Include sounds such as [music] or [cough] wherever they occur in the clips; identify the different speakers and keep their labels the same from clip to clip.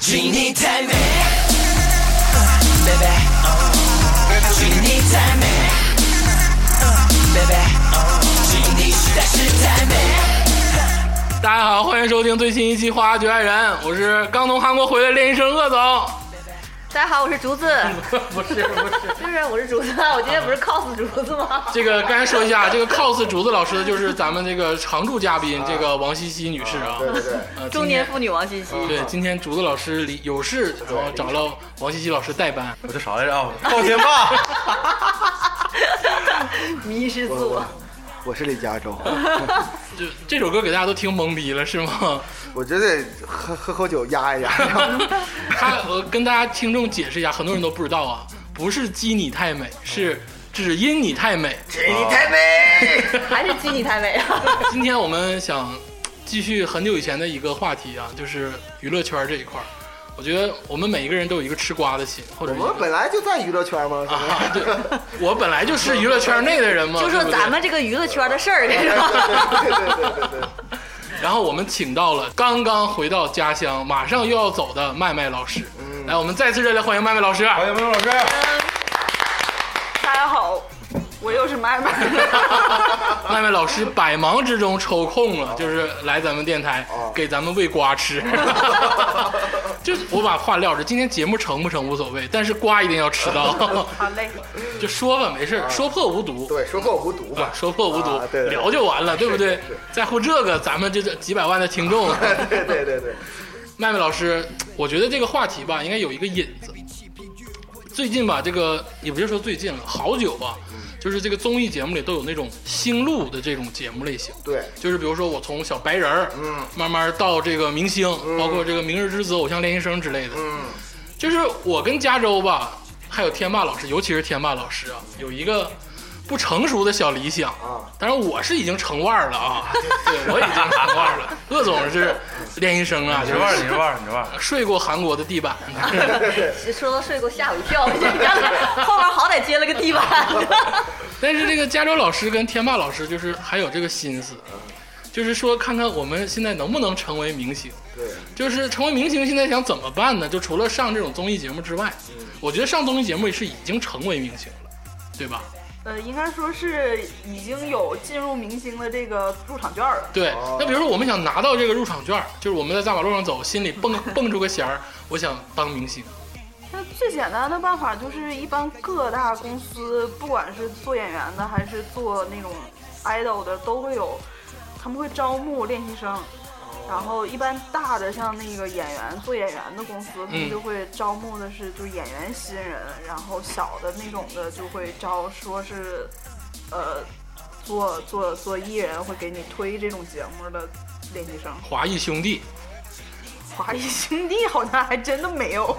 Speaker 1: 君に対面 Baby 君に対面 Baby 君にしたしたい
Speaker 2: 大家好，欢迎收听最新一期《花局爱人》，我是刚从韩国回来练习生鄂总。
Speaker 3: 大家好，我是竹子，
Speaker 2: [laughs] 不是不是，
Speaker 3: 是不
Speaker 4: 啊
Speaker 3: 是？我是竹子， [laughs] 我今天不是 cos 竹子吗？
Speaker 2: 这个刚才说一下，这个 cos 竹子老师的就是咱们这个常驻嘉宾，这个王茜茜女士啊。
Speaker 5: 对对对，
Speaker 2: 呃
Speaker 3: 中年。
Speaker 2: 今
Speaker 3: 妇女王茜
Speaker 4: [laughs]
Speaker 3: 茜，
Speaker 2: 天对，今天竹子老师离有事，然后找了王茜茜老师代班。
Speaker 6: 我叫啥来着啊？赵天霸，
Speaker 3: 迷失自我。
Speaker 5: 我是李佳州，
Speaker 2: 就这首歌给大家都听懵逼了，是吗？
Speaker 5: 我觉得喝喝口酒压一压，
Speaker 2: 他我跟大家听众解释一下，很多人都不知道啊，不是鸡你太美，是只因你太美。
Speaker 5: 你太美。
Speaker 3: 还是鸡你太美
Speaker 4: [laughs]
Speaker 3: 啊！
Speaker 2: [laughs] 今天我们想继续很久以前的一个话题啊，就是娱乐圈这一块儿。我觉得我们每一个人都有一个吃瓜的心，或者
Speaker 5: 我
Speaker 2: 是
Speaker 5: 们本来就在娱乐圈嘛，是吧
Speaker 2: [laughs] 啊，对，我本来就是娱乐圈内的人嘛，
Speaker 3: 就说
Speaker 2: 对不对
Speaker 3: 咱们这个娱乐圈的事儿，是吧？
Speaker 4: [laughs]
Speaker 5: 对对对对对对，
Speaker 2: 然后我们请到了刚刚回到家乡，马上又要走的麦麦老师。
Speaker 5: 嗯
Speaker 2: 来，我们再次热烈欢迎麦麦老师。啊
Speaker 6: 欢迎孟老师。
Speaker 3: 大家好，我又是麦麦。
Speaker 2: [laughs] 麦麦老师百忙之中抽空了，就是来咱们电台
Speaker 5: 哦
Speaker 2: 给咱们喂瓜
Speaker 5: [laughs]
Speaker 2: 吃。就是我把话撂着，今天节目成不成无所谓，但是瓜一定要吃
Speaker 5: [laughs]
Speaker 2: 到。
Speaker 3: [laughs] 好嘞，
Speaker 2: 就说吧，没事儿，说破无毒。
Speaker 5: 啊对，说破无毒
Speaker 2: 啊
Speaker 5: 吧，
Speaker 2: 说破无毒
Speaker 5: 啊，对对对
Speaker 2: 聊就完了，对不对
Speaker 5: 是是？
Speaker 2: 在乎这个，咱们这这几百万的听众，
Speaker 5: [laughs] 对对对对，
Speaker 2: 麦麦老师，我觉得这个话题吧，应该有一个引子。最近吧，这个也不是说最近了，好久吧，就是这个综艺节目里都有那种星路的这种节目类型。
Speaker 5: 对，
Speaker 2: 就是比如说我从小白人儿，
Speaker 5: 嗯，
Speaker 2: 慢慢到这个明星，包括这个《明日之子》《偶像练习生》之类的，
Speaker 5: 嗯，
Speaker 2: 就是我跟加州吧，还有天霸老师，尤其是天霸老师啊，有一个不成熟的小理想
Speaker 5: 啊。
Speaker 2: 当然我是已经成腕儿了啊，对我已经成腕儿
Speaker 5: [laughs]
Speaker 2: 了。鄂总是练习生啊，
Speaker 6: 你
Speaker 2: 就
Speaker 6: 是腕儿，你
Speaker 2: 是
Speaker 6: 是腕儿，你是腕儿。
Speaker 2: [laughs] 睡过韩国的地板， [laughs]
Speaker 3: 说到睡给我吓我一跳，你刚才后面好歹接了个地板。
Speaker 2: 但是这个加州老师跟天霸老师就是还有这个心思，
Speaker 5: 嗯
Speaker 2: 就是说看看我们现在能不能成为明星。
Speaker 5: 对，
Speaker 2: 就是成为明星，现在想怎么办呢？就除了上这种综艺节目之外，我觉得上综艺节目也是已经成为明星了，对吧？
Speaker 4: [laughs] 呃，应该说是已经有进入明星的这个入场券了。
Speaker 2: 对
Speaker 5: 哦。
Speaker 2: 那比如说我们想拿到这个入场券，就是我们在大马路上走，心里蹦蹦出个弦儿，我想当明星。
Speaker 4: 那最简单的办法就是，一般各大公司，不管是做演员的还是做那种 idol 的，都会有，他们会招募练习生。然后一般大的像那个演员做演员的公司，他
Speaker 2: 嗯
Speaker 4: 们就会招募的是就是演员新人，然后小的那种的就会招说是，呃，做做做艺人会给你推这种节目的练习生。
Speaker 2: 华谊兄弟、 [laughs]
Speaker 4: 华谊 [laughs] 兄弟好像还真的没有，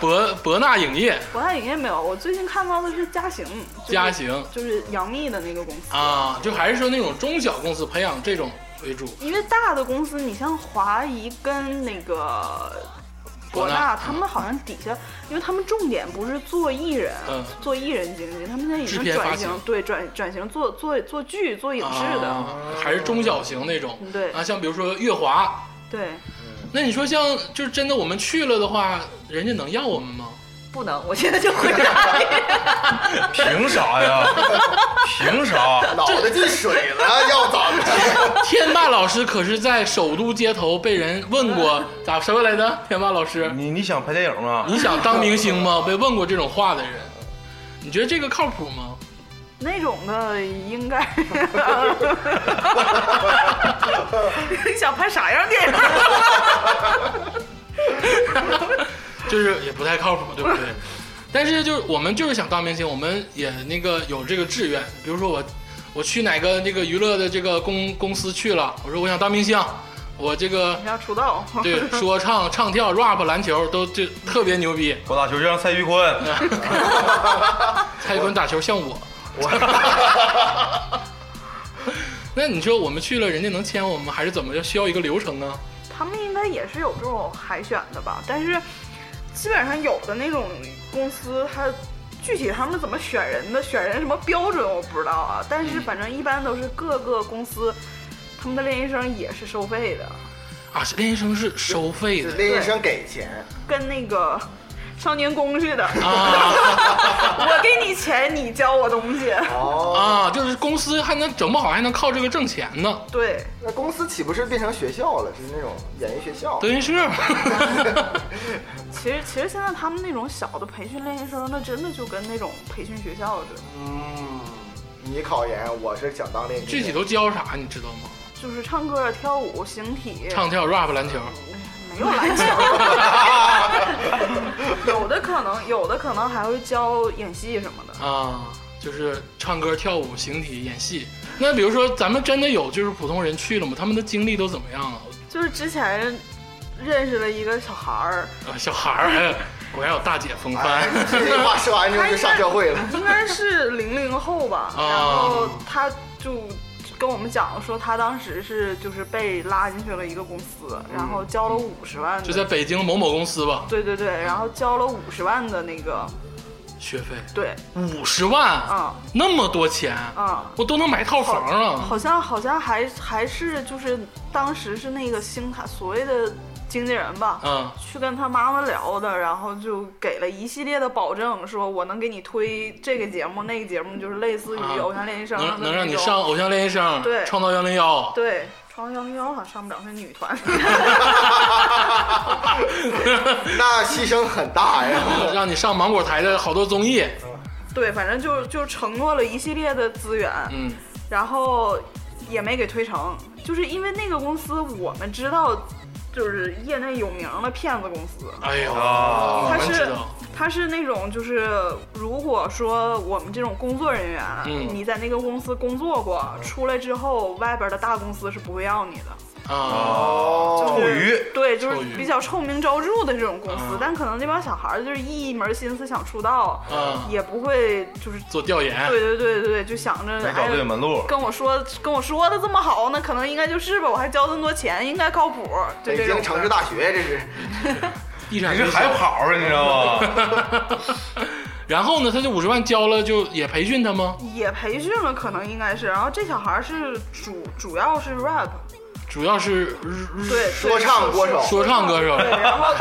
Speaker 2: 博博纳影业、
Speaker 4: 国泰影业没有。我最近看到的是嘉行，就是
Speaker 2: 嘉行
Speaker 4: 就是杨幂的那个公司。
Speaker 2: 啊，就还是说那种中小公司培养这种为主。
Speaker 4: 因为大的公司，你像华谊跟那个
Speaker 2: 国
Speaker 4: 国
Speaker 2: 纳
Speaker 4: 纳，他们好像底下，因为他们重点不是做艺人，
Speaker 2: 嗯
Speaker 4: 做艺人经济，他们现在已
Speaker 2: 制
Speaker 4: 经
Speaker 2: 片发
Speaker 4: 转
Speaker 2: 行
Speaker 4: 型，对转转型做做做剧、做影视的，
Speaker 2: 啊，还是中小型那种。
Speaker 4: 对
Speaker 2: 啊，像比如说月华，
Speaker 4: 对，
Speaker 2: 那你说像就是真的我们去了的话，人家能要我们吗？
Speaker 3: 不能，我现在就回答
Speaker 4: [laughs]
Speaker 3: 你。
Speaker 6: 凭啥呀？凭啥？
Speaker 5: 脑袋进水了，要咋的？
Speaker 2: 天霸老师可是在首都街头被人问过咋什么来着？天霸老师，
Speaker 6: 你你想拍电影吗？
Speaker 2: 你想当明星吗？被问过这种话的人，你觉得这个靠谱吗？
Speaker 4: 那种的
Speaker 2: [laughs]
Speaker 4: 应该。 [laughs] 你想拍啥样电影？ [laughs]
Speaker 2: 就是也不太靠谱，对不对？但是就是我们就是想当明星，我们也那个有这个志愿。比如说我，我去哪个那个娱乐的这个公公司去了，我说我想当明星，我这个
Speaker 4: 你要出道？ [laughs]
Speaker 2: 对说唱、唱跳、rap、篮球都就特别牛逼。
Speaker 6: 我打球就像蔡徐坤，
Speaker 2: 蔡徐坤打球像我。 [laughs] 那你说我们去了，人家能签我们吗，还是怎么着？需要一个流程啊？
Speaker 4: 他们应该也是有这种海选的吧？但是基本上有的那种公司，它具体他们怎么选人的，选人什么标准我不知道啊。但是反正一般都是各个公司，他们的练习生也是收费的。
Speaker 2: 啊，练习生是收费
Speaker 5: 是
Speaker 2: 的
Speaker 5: 练习生给钱，
Speaker 4: 跟那个 [laughs] 少年宫似的，
Speaker 2: 啊
Speaker 4: [laughs] 我给你钱，你教我东西。
Speaker 5: 哦，
Speaker 2: 啊，就是公司还能整不好还能靠这个挣钱呢，
Speaker 4: 对，
Speaker 5: 那公司岂不是变成学校了？就是那种演艺学校
Speaker 2: 德云
Speaker 5: [laughs]
Speaker 2: 社。
Speaker 4: 其实其实现在他们那种小的培训练习生，那真的就跟那种培训学校似的，
Speaker 5: 嗯，你考研，我是想当练习生。
Speaker 2: 具体都教啥你知道吗？
Speaker 4: 就是唱歌、跳舞、形体，
Speaker 2: 唱跳、rap、篮球。
Speaker 4: 没有
Speaker 2: [laughs]
Speaker 4: 篮球。有的可能，有的可能还会教演戏什么的。
Speaker 2: 啊，就是唱歌、跳舞、形体、演戏。那比如说，咱们真的有就是普通人去了吗？他们的经历都怎么样啊？
Speaker 4: 就是之前认识了一个小孩儿，
Speaker 2: 啊小孩儿，哎果然有大姐风
Speaker 5: 哎
Speaker 2: 范。，
Speaker 5: 这句话说完之后就上社会了。
Speaker 4: 应该是零零后吧，
Speaker 2: 啊
Speaker 4: 然后他就跟我们讲说，他当时是就是被拉进去了一个公司，然后交了五十
Speaker 2: 嗯
Speaker 4: 万
Speaker 2: 就在
Speaker 4: 的，
Speaker 2: 北京某某公司吧，
Speaker 4: 对对对，然后交了五十万的那个，
Speaker 2: 学费
Speaker 4: 对，
Speaker 2: 五十万，
Speaker 4: 啊
Speaker 2: 那么多钱，
Speaker 4: 啊。
Speaker 2: 我都能买套房啊了。
Speaker 4: 好像好像还还是就是当时是那个星探所谓的经纪人吧，
Speaker 2: 嗯，
Speaker 4: 去跟他妈妈聊的，然后就给了一系列的保证，说我能给你推这个节目、那个节目，就是类似于
Speaker 2: 啊
Speaker 4: 《偶像练习生》
Speaker 2: 能
Speaker 4: 上的
Speaker 2: 能
Speaker 4: 那
Speaker 2: 让你
Speaker 4: 种
Speaker 2: 上偶像练习生，
Speaker 4: 对
Speaker 2: 创造幺零幺，
Speaker 4: 对。创幺零幺好像上不了，是
Speaker 2: [laughs]
Speaker 4: 女团。
Speaker 5: 那牺牲很大呀。
Speaker 2: [laughs] 让你上芒果台的好多综艺，
Speaker 4: 对，反正就就承诺了一系列的资源，
Speaker 2: 嗯，
Speaker 4: 然后也没给推成，就是因为那个公司我们知道，就是业内有名的骗子公司，
Speaker 2: 哎呦，
Speaker 6: 啊
Speaker 2: 我
Speaker 4: 他
Speaker 2: 们知
Speaker 4: 是
Speaker 2: 道，
Speaker 4: 他是那种就是，如果说我们这种工作人员，
Speaker 2: 嗯
Speaker 4: 你在那个公司工作过，出来之后，外边的大公司是不会要你的。
Speaker 2: 啊，
Speaker 5: 哦
Speaker 6: 臭鱼
Speaker 4: 对，就是
Speaker 2: 臭鱼
Speaker 4: 比较臭名昭著的这种公司，
Speaker 2: 啊
Speaker 4: 但可能那帮小孩儿就是一门心思想出道，
Speaker 2: 啊
Speaker 4: 也不会就是，
Speaker 2: 做调研，
Speaker 4: 对对对对对，就想着
Speaker 6: 没
Speaker 4: 哎
Speaker 6: 找对门路。
Speaker 4: 跟我说跟我说的这么好，那可能应该就是吧，我还交这么多钱，应该靠谱。就
Speaker 5: 北
Speaker 4: 这种
Speaker 5: 京城市大学，这是
Speaker 2: 地产
Speaker 6: 你这还跑啊，你知道吗？
Speaker 2: [laughs] 然后呢，他这五十万交了，就也培训他吗？
Speaker 4: 也培训了，可能应该是。然后这小孩儿是主主要是 rap，
Speaker 2: 主要是
Speaker 4: 对，
Speaker 5: 说唱歌手，
Speaker 2: 说唱歌
Speaker 4: 对，
Speaker 2: 手，
Speaker 4: 然后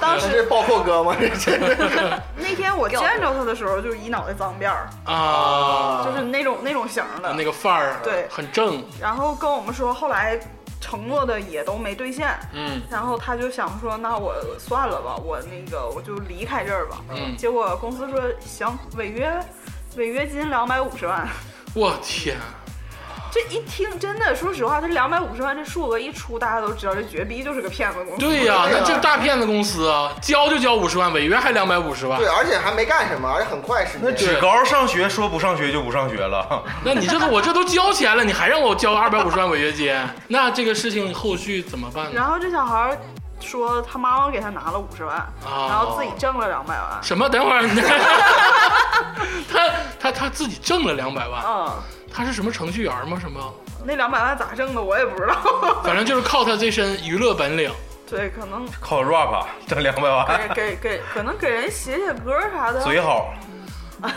Speaker 4: 当
Speaker 5: 这
Speaker 4: 时
Speaker 5: 是爆破哥吗？这是
Speaker 4: 那天我见着他的时候，就是一脑袋脏辫儿，
Speaker 2: 啊，
Speaker 4: 就是那种那种型儿的。
Speaker 2: 那个范儿，
Speaker 4: 对
Speaker 2: 很正，
Speaker 4: 然后跟我们说，后来承诺的也都没兑现。
Speaker 2: 嗯
Speaker 4: 然后他就想说，那我算了吧，我那个我就离开这儿吧。
Speaker 2: 嗯
Speaker 4: 结果公司说行，违约，违约金两百五十万。 [laughs]
Speaker 2: 我天，
Speaker 4: 这一听，真的，说实话，这两百五十万这数额一出，大家都知道，这绝逼就是个骗子
Speaker 2: [laughs]
Speaker 4: 公司。
Speaker 2: 对呀、
Speaker 5: 对啊
Speaker 2: 那这大骗子公司啊，交就交五十万，违约还两百五十万
Speaker 5: [laughs] 对，，而且还没干什么，而且很快时
Speaker 6: 那
Speaker 5: 间。
Speaker 6: 只高上学说不上学就不上学了，
Speaker 2: 那你这都我这都交钱了，你还让我交二百五十万违约 [laughs] 金，那这个事情后续怎么办呢？
Speaker 4: 然后这小孩儿说，他妈妈给他拿了五十万，
Speaker 2: 啊
Speaker 4: 然后自己挣了两百万。
Speaker 2: 什么？等会儿， [laughs] 他他他自己挣了两百万，
Speaker 4: 嗯，
Speaker 2: 他是什么程序员吗？什么？
Speaker 4: 那两百万咋挣的我也不知道。 [laughs]
Speaker 2: 反正就是靠他这身娱乐本领。
Speaker 4: 对，可能
Speaker 6: 靠 rap 啊挣两百万，
Speaker 4: 给给给，可能给人写写歌啥的。
Speaker 6: 嘴好。
Speaker 2: 哎，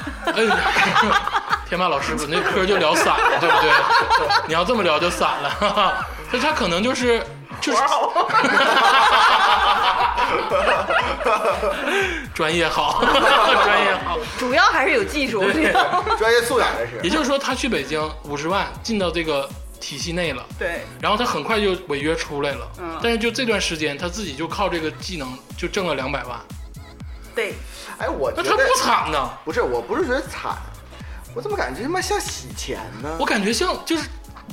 Speaker 2: [laughs] 天霸老师，我那嗑就聊散了，对 [laughs] 不对？你要这么聊就散了， [laughs] 哈哈。那他可能就是就是专业好，专业好。
Speaker 3: 主要还是有技术，这个
Speaker 5: 专业素养这是
Speaker 2: 也。就是说，他去北京五十万进到这个体系内了，
Speaker 4: 对，
Speaker 2: 然后他很快就违约出来了。
Speaker 4: 嗯
Speaker 2: 但是就这段时间，他自己就靠这个技能就挣了两百万，
Speaker 4: 对，
Speaker 5: 哎，我
Speaker 2: 那
Speaker 5: 觉
Speaker 2: 他 [laughs] 不
Speaker 5: 得
Speaker 2: 惨呐？
Speaker 5: 不是，我不是觉得惨，我怎么感觉他妈像洗钱呢
Speaker 2: 我？感觉像就是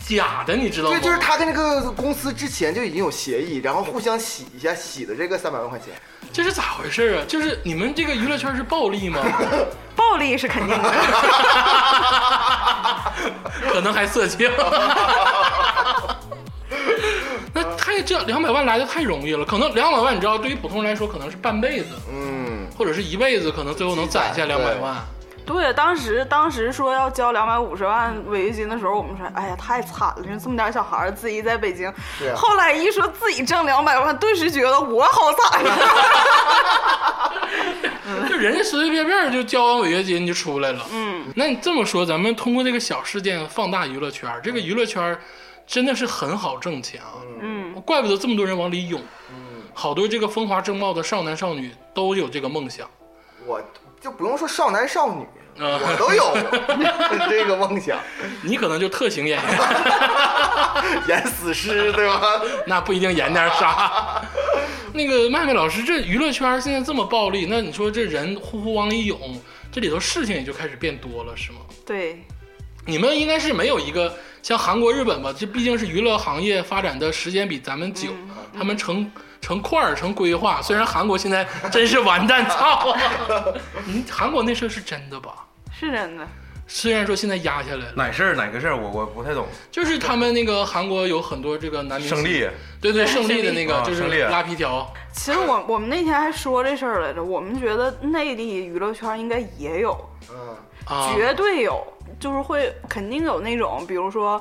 Speaker 2: 假的，你知道吗？
Speaker 5: 对，就是他跟这个公司之前就已经有协议，然后互相洗一下，洗的这个三百万块钱。 [laughs]
Speaker 2: 这是咋回事啊？就是你们这个娱乐圈是暴利吗？
Speaker 4: 暴力是肯定的。 [laughs]
Speaker 2: 可能还色情。 [laughs] 那太这两百万来的太容易了，可能两百万你知道，对于普通人来说可能是半辈子
Speaker 5: 嗯，
Speaker 2: 或者是一辈子，可能最后能攒下两百万。
Speaker 4: 对，当时当时说要交两百五十万违约金的时候，我们说，哎呀，太惨了，人这么点小孩儿自己在北京。
Speaker 5: 是啊
Speaker 4: 后来一说自己挣两百万，顿时觉得我好惨啊。 [laughs]
Speaker 2: 就人家随随便便就交完违约金就出来了。嗯，那你这么说，咱们通过这个小事件放大娱乐圈，这个娱乐圈真的是很好挣钱啊。
Speaker 4: 嗯，
Speaker 2: 怪不得这么多人往里涌，好多这个风华正茂的少男少女都有这个梦想。
Speaker 5: 我就不用说少男少女，
Speaker 2: 嗯
Speaker 5: 我都有 [laughs] 这个梦想，
Speaker 2: 你可能就特型演员，
Speaker 5: 演死尸对吧？
Speaker 2: 那不一定演点啥。那个麦麦老师，这娱乐圈现在这么暴力，那你说这人呼呼往里涌，这里头事情也就开始变多了，是吗？
Speaker 4: 对，
Speaker 2: 你们应该是没有一个像韩国、日本吧？这毕竟是娱乐行业发展的时间比咱们久，他们成成块儿、成规划。虽然韩国现在真是完蛋 [laughs] 操，你韩国那事儿是真的吧？
Speaker 4: 是真的。
Speaker 2: 虽然说现在压下来了，
Speaker 6: 哪事儿哪个事儿，我我不太懂。
Speaker 2: 就是他们那个韩国有很多这个男明星
Speaker 6: 胜，利，
Speaker 2: 对对，胜利的那个
Speaker 6: 啊
Speaker 2: 就是
Speaker 6: 胜利
Speaker 2: 拉皮条，
Speaker 4: 其实我我们那天还说这事儿来着，我们觉得内地娱乐圈应该也有，
Speaker 5: 嗯，
Speaker 2: 啊，
Speaker 4: 绝对有，就是会肯定有那种，比如说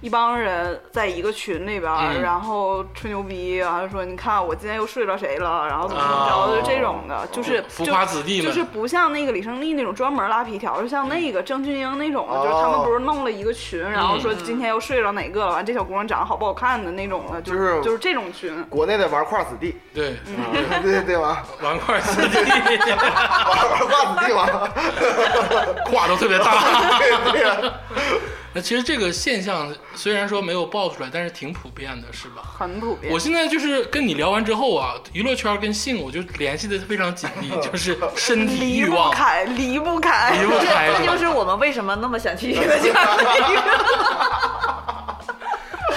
Speaker 4: 一帮人在一个群里边儿，
Speaker 2: 嗯
Speaker 4: 然后吹牛逼，然后说你看我今天又睡着谁了，然后怎么怎么着，就这种的，就是
Speaker 2: 啊浮
Speaker 4: 就
Speaker 2: 夸子弟们
Speaker 4: 就是不像那个李胜利那种专门拉皮条，就像那个郑俊英那种的，就是他们
Speaker 5: 哦
Speaker 4: 不是弄了一个群，然后说今天又睡着哪个了，完这小姑娘长得好不好看的那种的，就
Speaker 5: 就是
Speaker 4: 就是这种群。
Speaker 5: 国内的纨绔子弟，
Speaker 2: 对，
Speaker 5: [laughs] 对对对 [laughs] 吧？
Speaker 2: 玩块子弟，
Speaker 5: 纨绔子弟嘛，
Speaker 2: 胯都特别大。
Speaker 5: 对对呀，
Speaker 2: 那其实这个现象虽然说没有爆出来，但是挺普遍的，是吧？
Speaker 4: 很普遍
Speaker 2: 我，现在就是跟你聊完之后啊，娱乐圈跟性我就联系的非常紧
Speaker 5: [laughs]
Speaker 2: 密，就是身体
Speaker 4: 离
Speaker 2: 欲
Speaker 4: 不
Speaker 2: 望
Speaker 4: 开，离不开，
Speaker 2: 离不开
Speaker 3: 这
Speaker 2: 是吧
Speaker 3: 就，是我们为什么那
Speaker 2: [laughs]
Speaker 3: 么想去娱乐圈的一个。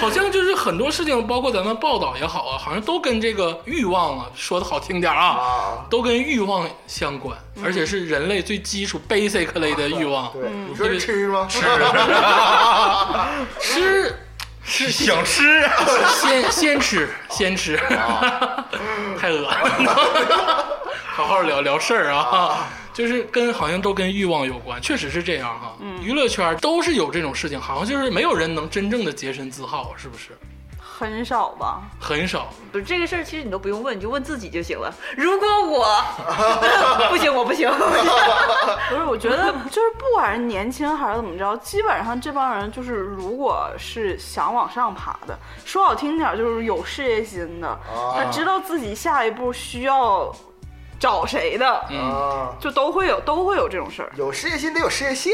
Speaker 2: 好像就是很多事情，包括咱们报道也好啊，好像都跟这个欲望啊，说的好听点啊，
Speaker 5: 啊，嗯
Speaker 2: 都跟欲望相关，而且是人类最基础 basic 类的欲望，
Speaker 5: 啊对，你说是吃吗？吃，
Speaker 2: 吃吃
Speaker 6: [laughs] 想吃，
Speaker 2: [laughs] 先先吃先吃， [laughs] 太恶心了。 [laughs] 好好聊聊事儿啊，就是跟好像都跟欲望有关，确实是这样哈、娱乐圈都是有这种事情，好像就是没有人能真正的洁身自好，是不是？
Speaker 4: 很少吧？
Speaker 2: 很少。
Speaker 3: 不是这个事儿，其实你都不用问，你就问自己就行了。如果
Speaker 2: [laughs]
Speaker 3: 我不行，我不行，
Speaker 4: 不是，我觉得就是不管是年轻还是怎么着，基本上这帮人就是，如果是想往上爬的，说好听点儿就是有事业心的，
Speaker 2: 啊
Speaker 4: 他知道自己下一步需要找谁的，
Speaker 2: 嗯，
Speaker 5: 啊，
Speaker 4: 就都会有都会有这种事儿。
Speaker 5: 有事业心得有事业线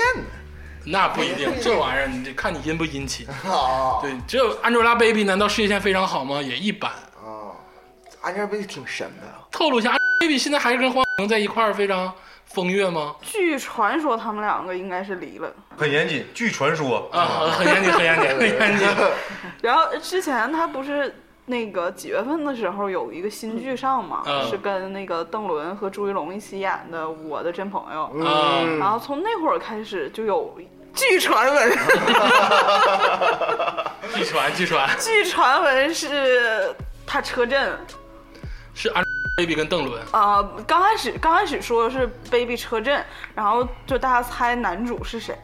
Speaker 2: 那不一定，这玩意儿你得看你殷不殷勤。
Speaker 5: 呢，啊
Speaker 2: 对，只有 Angelababy 难道事业线非常好吗？也一般。
Speaker 5: 啊，安妮儿不是挺神的？
Speaker 2: 透露一下，Angelababy 现在还是跟黄晓明在一块儿非常风月吗？
Speaker 4: 据传说，他们两个应该是离了。
Speaker 6: 很严谨。据传说，
Speaker 2: 啊，很严谨，很严谨，很严谨。
Speaker 4: 然后之前他不是那个几月份的时候有一个新剧上嘛，
Speaker 2: 嗯
Speaker 4: 是跟那个邓伦和朱一龙一起演的《我的真朋友》，
Speaker 2: 啊，
Speaker 4: 然后从那会儿开始就有据传闻，
Speaker 2: [laughs] 据传，据传。
Speaker 4: 据传闻是他车震
Speaker 2: 是 Baby 跟邓伦
Speaker 4: 啊、呃刚开始刚开始说是 baby 车震，然后就大家猜男主是谁，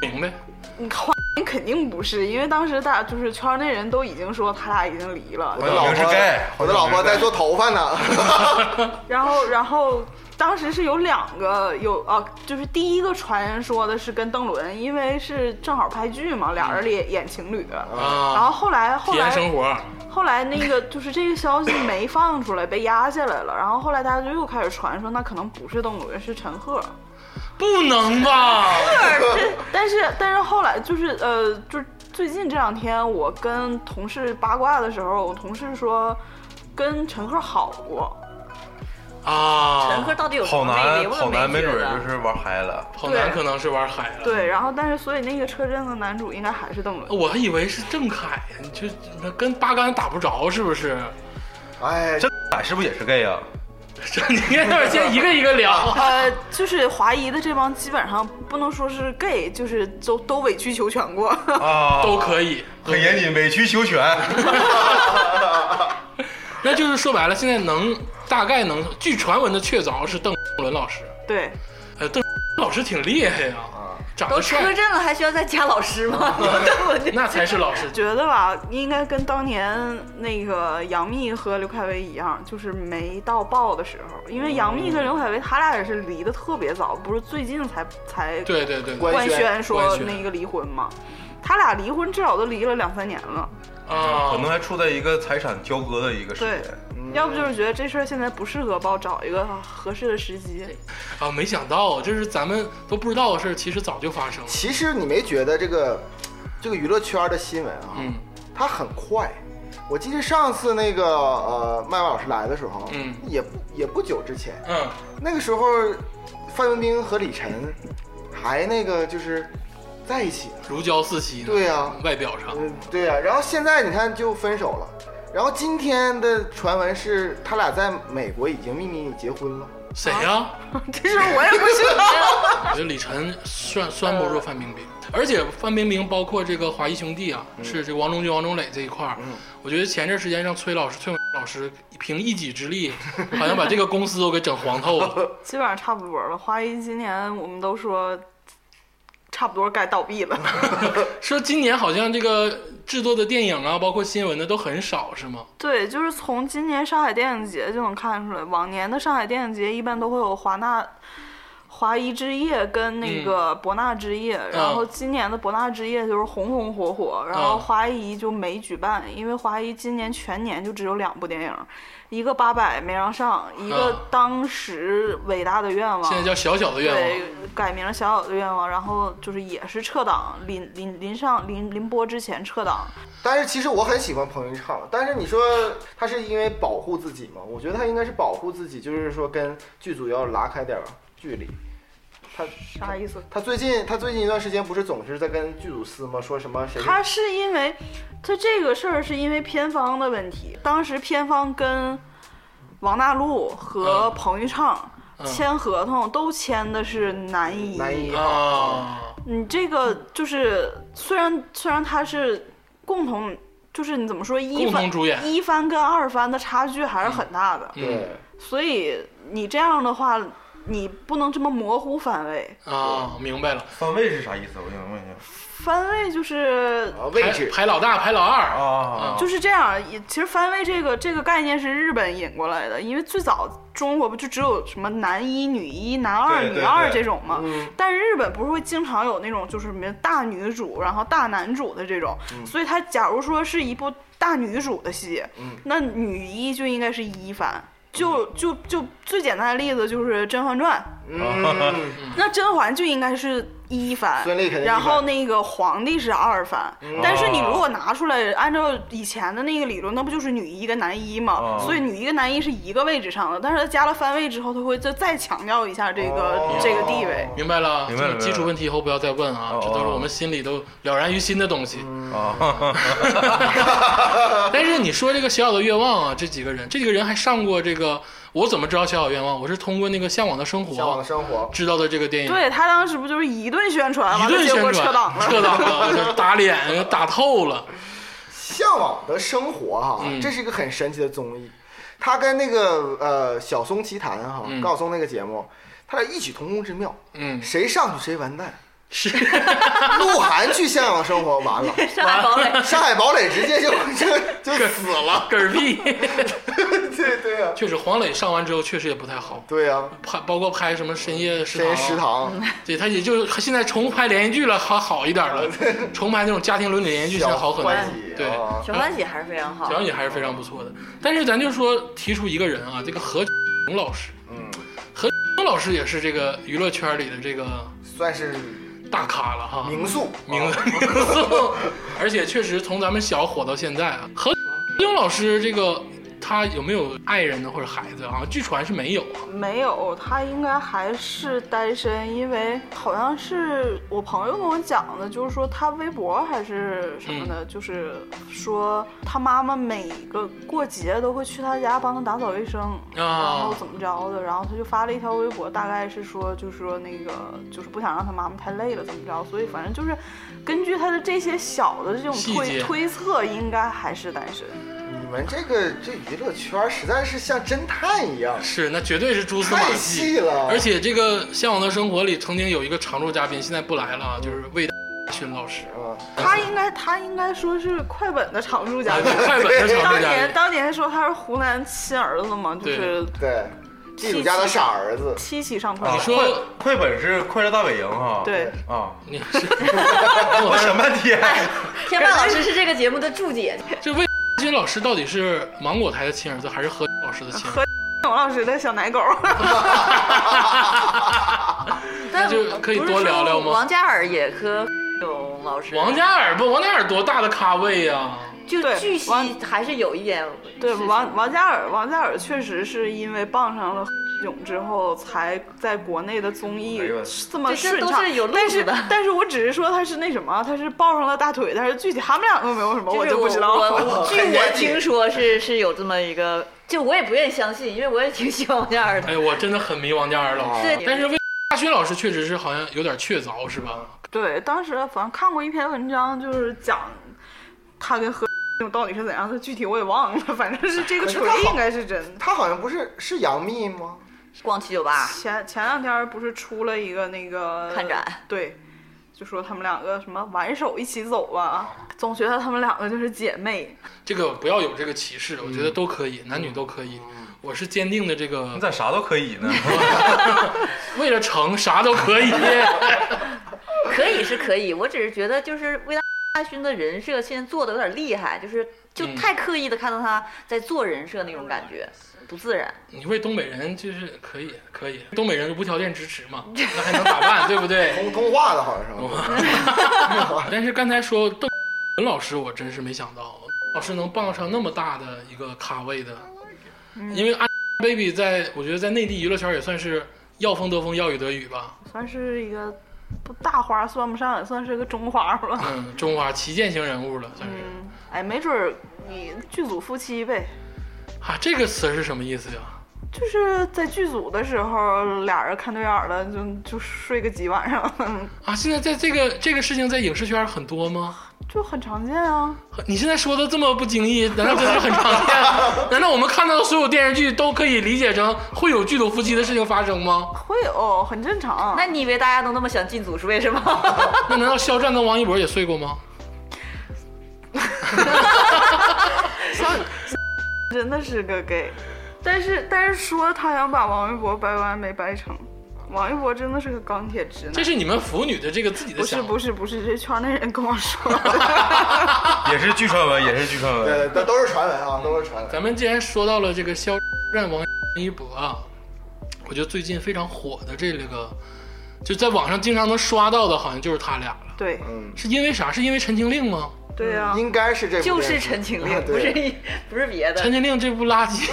Speaker 2: 明白？
Speaker 4: 你看你肯定不是，因为当时大家就是圈内人都已经说他俩已经离了，
Speaker 6: 黄晓明是 gay，
Speaker 5: 我的老婆在做头发呢，
Speaker 4: 然后然后当时是有两个有啊，就是第一个传言说的是跟邓伦，因为是正好拍剧嘛，俩人演演情侣，然
Speaker 2: 嗯啊，
Speaker 4: 后后来后
Speaker 2: 体验
Speaker 4: 来
Speaker 2: 生活，
Speaker 4: 后来那个就是这个消息没放出来，被压下来了。然后后来大家就又开始传说，那可能不是邓伦，是陈赫。
Speaker 2: 不能吧？
Speaker 4: [coughs] 但是但是后来就是呃，就是最近这两天我跟同事八卦的时候，我同事说跟陈赫好过，
Speaker 3: 陈
Speaker 2: 啊
Speaker 3: 赫，到底有什
Speaker 6: 好
Speaker 3: 么魅力？
Speaker 6: 男
Speaker 3: 我
Speaker 6: 好
Speaker 3: 怎么
Speaker 6: 男，没
Speaker 3: 觉
Speaker 6: 准
Speaker 3: 得
Speaker 6: 儿就是玩嗨了。
Speaker 2: 跑男可能是玩嗨了。，
Speaker 4: 对。然后但是所以那个车震的男主应该还是邓伦。
Speaker 2: 我还以为是郑恺呀，你这那跟八竿打不着是不是？
Speaker 5: 哎，
Speaker 6: 这哎是不是也是 gay 啊？
Speaker 2: 这你看，要是先一个一个
Speaker 4: [laughs]
Speaker 2: 聊。
Speaker 4: 呃，就是华谊的这帮基本上不能说是 gay，就是都都委曲求全过。 [laughs]
Speaker 6: 啊，
Speaker 2: 都可以，
Speaker 6: 很严谨，委曲求全。
Speaker 2: 那就是说白了，现在能大概能，据传闻的确凿是邓伦老师，
Speaker 4: 对，
Speaker 2: 呃，邓老师挺厉害呀，长
Speaker 3: 都
Speaker 2: 得
Speaker 3: 车
Speaker 2: 帅，
Speaker 3: 震了还需要再加老师
Speaker 2: [laughs]
Speaker 3: 吗？ [laughs] 邓伦就
Speaker 2: 那才是老师。
Speaker 4: 觉得吧，应该跟当年那个杨幂和刘恺威一样，就是没到爆的时候。因为杨幂跟刘恺威，他俩也是离得特别早，不是最近才才
Speaker 2: 对对对，
Speaker 5: 官
Speaker 4: 官
Speaker 5: 宣
Speaker 4: 宣
Speaker 2: 官
Speaker 4: 说
Speaker 2: 宣
Speaker 4: 那个离婚嘛。他俩离婚至少都离了两三年了，
Speaker 2: 啊，
Speaker 6: [laughs] 可能还处在一个财产交割的一个时
Speaker 4: 对
Speaker 6: 间。
Speaker 4: 要不就是觉得这事儿现在不适合报，找一个合适的时机。
Speaker 2: 啊，没想到，就是咱们都不知道的事儿，其实早就发生了。
Speaker 5: 其实你没觉得这个这个娱乐圈的新闻啊，
Speaker 2: 嗯
Speaker 5: 它很快。我记得上次那个呃麦麦老师来的时候，
Speaker 2: 嗯
Speaker 5: 也不也不久之前，
Speaker 2: 嗯，
Speaker 5: 那个时候范冰冰和李晨还那个就是在一起呢。
Speaker 2: 如胶似漆呢。
Speaker 5: 对呀
Speaker 2: 外表上，
Speaker 5: 嗯，对呀、然后现在你看就分手了，然后今天的传闻是他俩在美国已经秘密结婚了。
Speaker 2: 谁呀？
Speaker 4: 这事儿我也不知
Speaker 2: 我
Speaker 4: 道。
Speaker 2: 觉得李晨拴拴不住范冰冰，而且范冰冰包括这个华谊兄弟啊，是这个王中军、王中磊这一块儿，我觉得前阵时间让崔老师、崔永元老师凭一己之力，好像把这个公司都给整黄透了。
Speaker 4: [laughs] 基本上差不多了。华谊今年我们都说差不多该倒闭了。
Speaker 2: 说今年好像这个制作的电影啊，包括新闻的都很少，是吗？
Speaker 4: 对，就是从今年上海电影节就能看出来，往年的上海电影节一般都会有华纳、华谊之夜跟
Speaker 2: 嗯
Speaker 4: 那个博纳之夜，然后今年的博纳之夜就是红红火火，然后
Speaker 2: 嗯
Speaker 4: 华谊就没举办，因为华谊今年全年就只有两部电影，一个《八佰》没让上，一个
Speaker 2: 嗯
Speaker 4: 《当时伟大的愿望》，
Speaker 2: 现在叫小小的愿
Speaker 4: 对
Speaker 2: 望，，
Speaker 4: 改名了小小的愿望，然后就是也是撤档，临临临上临临播之前撤档。
Speaker 5: 但是其实我很喜欢彭昱畅，但是你说他是因为保护自己吗？我觉得他应该是保护自己，就是说跟剧组要拉开点儿距离。他
Speaker 4: 啥意思？
Speaker 5: 他最近他最近一段时间不是总是在跟剧组撕吗？说什么谁
Speaker 4: 他是因为他这个事儿是因为片方的问题，当时片方跟王大陆和
Speaker 2: 嗯
Speaker 4: 彭昱畅
Speaker 2: 嗯
Speaker 4: 签合同，都签的是男一。
Speaker 5: 男一
Speaker 2: 啊，
Speaker 4: 你这个就是虽然虽然他是共同。就是你怎么说一
Speaker 2: 共
Speaker 4: 番
Speaker 2: 同主演嗯
Speaker 4: 一番跟二番的差距还是很大的，
Speaker 5: 对
Speaker 4: 所以你这样的话，你不能这么模糊番位。
Speaker 2: 啊，明白了，
Speaker 6: 番位是啥意思？我想问一下。
Speaker 4: 番位就是
Speaker 5: 啊位
Speaker 2: 排
Speaker 5: 置
Speaker 2: 排老大，排老二
Speaker 6: 啊
Speaker 2: 嗯
Speaker 4: 就是这样，也其实番位这个这个概念是日本引过来的，因为最早中国不就只有什么男一、女一、男二、
Speaker 6: 对对
Speaker 4: 女二
Speaker 6: 对嗯
Speaker 4: 这种嘛？但是日本不是会经常有那种就是什么大女主，然后大男主的这种，
Speaker 6: 嗯
Speaker 4: 所以他假如说是一部大女主的戏，
Speaker 6: 嗯
Speaker 4: 那女一就应该是一番。就就就最简单的例子就是《甄嬛传》，
Speaker 5: 嗯，
Speaker 2: [laughs]
Speaker 4: 那甄嬛就应该是一番，
Speaker 5: 孙俪肯定是一番嗯
Speaker 4: 然后那个皇帝是二番，但是你如果拿出来，按照以前的那个理论，那不就是女一跟男一嘛？
Speaker 6: 哦
Speaker 4: 所以女一跟男一是一个位置上的，但是他加了番位之后，他会再再强调一下这个、
Speaker 5: 哦
Speaker 4: 这个地位。
Speaker 2: 明白了，
Speaker 6: 明白了
Speaker 2: 这种基础问题以后不要再问啊，
Speaker 6: 哦
Speaker 2: 这都是我们心里都了然于心的东
Speaker 6: [laughs]
Speaker 2: 西。
Speaker 6: 啊！
Speaker 2: 但是你说这个小小的愿望啊，这几个人，这几个人还上过这个，我怎么知道小小愿望？我是通过那个《向往的生活
Speaker 5: 向往的》生活，
Speaker 2: 知道的这个电影，
Speaker 4: 对他当时不就是一顿宣传，
Speaker 2: 一
Speaker 4: 完
Speaker 2: 顿
Speaker 4: 了结
Speaker 2: 宣
Speaker 4: 果
Speaker 2: 传，
Speaker 4: 撤档了。
Speaker 2: 撤档了，我就打脸，打透
Speaker 6: [laughs]
Speaker 2: 了。
Speaker 5: 向往的生活哈、
Speaker 2: 嗯
Speaker 5: 这是一个很神奇的综艺，他跟那个呃小松奇谈哈、
Speaker 2: 嗯
Speaker 5: 高晓松那个节目，他俩异曲同工之妙，
Speaker 2: 嗯，
Speaker 5: 谁上去谁完蛋。
Speaker 2: [laughs] 是，
Speaker 5: 鹿晗去向往生活
Speaker 2: [laughs]
Speaker 5: 完了，
Speaker 3: 上海堡垒，
Speaker 5: 上海堡垒直接就就就死了。
Speaker 2: 嗝儿屁。 [laughs]
Speaker 5: 对对呀、啊，
Speaker 2: 确实，黄磊上完之后确实也不太好，
Speaker 5: 对呀、啊，
Speaker 2: 拍包括拍什么深夜食
Speaker 5: 深夜
Speaker 2: 堂，啊嗯
Speaker 5: 食堂，
Speaker 2: 对他也就是他现在重拍连续剧了，还好一点了。重拍那种家庭伦理连续剧现在好很多
Speaker 5: 欢喜，，
Speaker 2: 对。
Speaker 5: 啊
Speaker 3: 小欢喜还是非常好
Speaker 2: 小。杨也还是非常不错的。但是咱就说提出一个人啊，这个何炅老师，
Speaker 5: 嗯，
Speaker 2: 何炅老师也是这个娱乐圈里的这个
Speaker 5: 算是
Speaker 2: 大咖了哈，
Speaker 5: 名宿，
Speaker 2: 名
Speaker 5: 啊
Speaker 2: 名宿， [laughs] 而且确实从咱们小火到现在啊，何炅老师这个他有没有爱人呢或者孩子啊？据传是没有啊。
Speaker 4: 没有，他应该还是单身，因为好像是我朋友跟我讲的，就是说他微博还是什么的，
Speaker 2: 嗯
Speaker 4: 就是说他妈妈每个过节都会去他家帮他打扫卫生，
Speaker 2: 哦
Speaker 4: 然后怎么着的，然后他就发了一条微博，大概是说就是说那个就是不想让他妈妈太累了，怎么着，所以反正就是根据他的这些小的这种
Speaker 2: 细
Speaker 4: 推
Speaker 2: 节
Speaker 4: 推测，应该还是单身。
Speaker 5: 你们这个这娱乐圈实在是像侦探一样，
Speaker 2: 是，那绝对是蛛丝马
Speaker 5: 太细
Speaker 2: 迹。
Speaker 5: 了。
Speaker 2: 而且这个《向往的生活》里曾经有一个常驻嘉宾，现在不来了，啊，就是魏大勋老师，
Speaker 5: 啊，
Speaker 4: 他应该他应该说是快本的常驻嘉宾。
Speaker 2: [laughs] 快本的常
Speaker 4: 当
Speaker 2: 驻嘉
Speaker 4: 年
Speaker 2: 宾。
Speaker 4: 当年说他是湖南亲儿子嘛，就是
Speaker 5: 对，地主家的傻儿子，
Speaker 4: 七起上
Speaker 6: 啊
Speaker 4: 快
Speaker 2: 你说
Speaker 6: 快快本是《快乐大本营》哈？
Speaker 4: 对，
Speaker 6: 啊，
Speaker 2: 你是 [laughs]
Speaker 6: 我想半天，
Speaker 4: 哎
Speaker 3: 天霸老师是这个节目的注解，
Speaker 2: 这魏军老师到底是芒果台的亲儿子还是何老师的亲儿子？
Speaker 4: 董老师的小
Speaker 2: [laughs]
Speaker 4: 奶狗，
Speaker 3: 但
Speaker 2: 就可以多聊聊吗
Speaker 3: 不是说王嘉尔也和有老
Speaker 2: [laughs]
Speaker 3: 师，
Speaker 2: 王嘉尔不，王嘉尔多大的咖位呀、
Speaker 3: 就
Speaker 4: 对
Speaker 3: 据悉
Speaker 4: 王
Speaker 3: 还是有一点
Speaker 4: 对
Speaker 3: 是
Speaker 4: 王王嘉尔，王嘉尔确实是因为傍上了囧之后，才在国内的综艺
Speaker 6: 哎呦
Speaker 4: 这么
Speaker 3: 对这
Speaker 4: 顺
Speaker 3: 都
Speaker 4: 畅。
Speaker 3: 是有路
Speaker 4: 但
Speaker 3: 子
Speaker 4: 是
Speaker 3: 的
Speaker 4: 但是我只是说他是那什么，他是抱上了大腿，但是具体他们两个有没有什么，
Speaker 3: 就是我
Speaker 4: 就不知道 [laughs]
Speaker 3: 我
Speaker 4: 了。
Speaker 3: 我据我听说是是有这么一个，就我也不愿意相信，因为我也挺喜欢王嘉尔 [laughs] 的。
Speaker 2: 哎，我真的很迷王嘉尔老师，
Speaker 3: 是，
Speaker 2: 但是魏大勋老师确实是好像有点确凿，是吧？
Speaker 4: 对，当时反正看过一篇文章，就是讲他跟何囧到底是怎样的，具体我也忘了，反正是这个
Speaker 5: 可是
Speaker 4: 锤
Speaker 5: 他好
Speaker 4: 应该是真的。
Speaker 5: 他好像不是是杨幂吗？
Speaker 3: 光七九八
Speaker 4: 前前两天不是出了一个那个
Speaker 3: 看展，
Speaker 4: 对，就说他们两个什么挽手一起走吧，总觉得他们两个就是姐妹。
Speaker 2: 这个不要有这个歧视，我觉得都可以，男女都可以。我是坚定的这个
Speaker 6: 你，咋啥都可以呢？ [laughs]
Speaker 2: 为了成啥都可以。 [laughs]
Speaker 3: 可以是可以，我只是觉得就是魏大勋的人设现在做的有点厉害，就是就
Speaker 2: 嗯
Speaker 3: 太刻意的看到他在做人设那种感觉，不自然。
Speaker 2: 你为东北人就是可以，可以，东北人无条件支持嘛，那还能咋办，对不对？
Speaker 5: 通通话的好像是。
Speaker 2: 啊但是刚才说邓文老师，我真是没想到，老师能傍上那么大的一个咖位的，因为 Baby 在我觉得在内地娱乐圈也算是要风得风，要雨得雨吧，
Speaker 4: 算是一个不大花算不上，也算是个中花吧。
Speaker 2: 嗯，中华旗舰型人物了，算是。
Speaker 4: 嗯，哎，没准儿你剧组夫妻呗，
Speaker 2: 啊，这个词是什么意思呀？
Speaker 4: 就是在剧组的时候俩人看对眼儿了，就就睡个几晚上，
Speaker 2: 啊，现在在这个这个事情在影视圈很多吗？
Speaker 4: 就很常见啊。
Speaker 2: 你现在说的这么不经意，难道真的很常见？难道我们看到的所有电视剧都可以理解成会有剧组夫妻的事情发生吗？
Speaker 4: 会有，很正常。
Speaker 3: 那你以为大家都那么想进组是为什么？
Speaker 2: 那难道肖战跟王一博也睡过吗？
Speaker 4: 真的是个 gay，但是但是说他想把王一博掰弯没掰成，王一博真的是个钢铁直
Speaker 2: 这
Speaker 4: 男。
Speaker 2: 是你们腐女的这个自己的
Speaker 4: 不是
Speaker 2: 想法。
Speaker 4: 不
Speaker 2: 是
Speaker 4: 是不是，这圈内人跟我说的，
Speaker 6: 也是据传闻，也是据传闻。
Speaker 5: 对，都都是传闻啊，都是传闻。
Speaker 2: 咱们既然说到了这个肖战、王一博啊，我觉得最近非常火的这个，就在网上经常能刷到的，好像就是他俩了。
Speaker 4: 对
Speaker 5: 嗯，
Speaker 2: 是因为啥？是因为《陈情令》吗？
Speaker 4: [laughs] 对啊呀、
Speaker 5: 应该是这部电
Speaker 3: 就
Speaker 5: 视
Speaker 3: 是
Speaker 5: 剧，
Speaker 3: 陈情令，
Speaker 5: 啊
Speaker 3: 不是
Speaker 5: 对，
Speaker 3: 不是别
Speaker 2: 《
Speaker 3: 的
Speaker 2: 陈。情令》这部垃圾，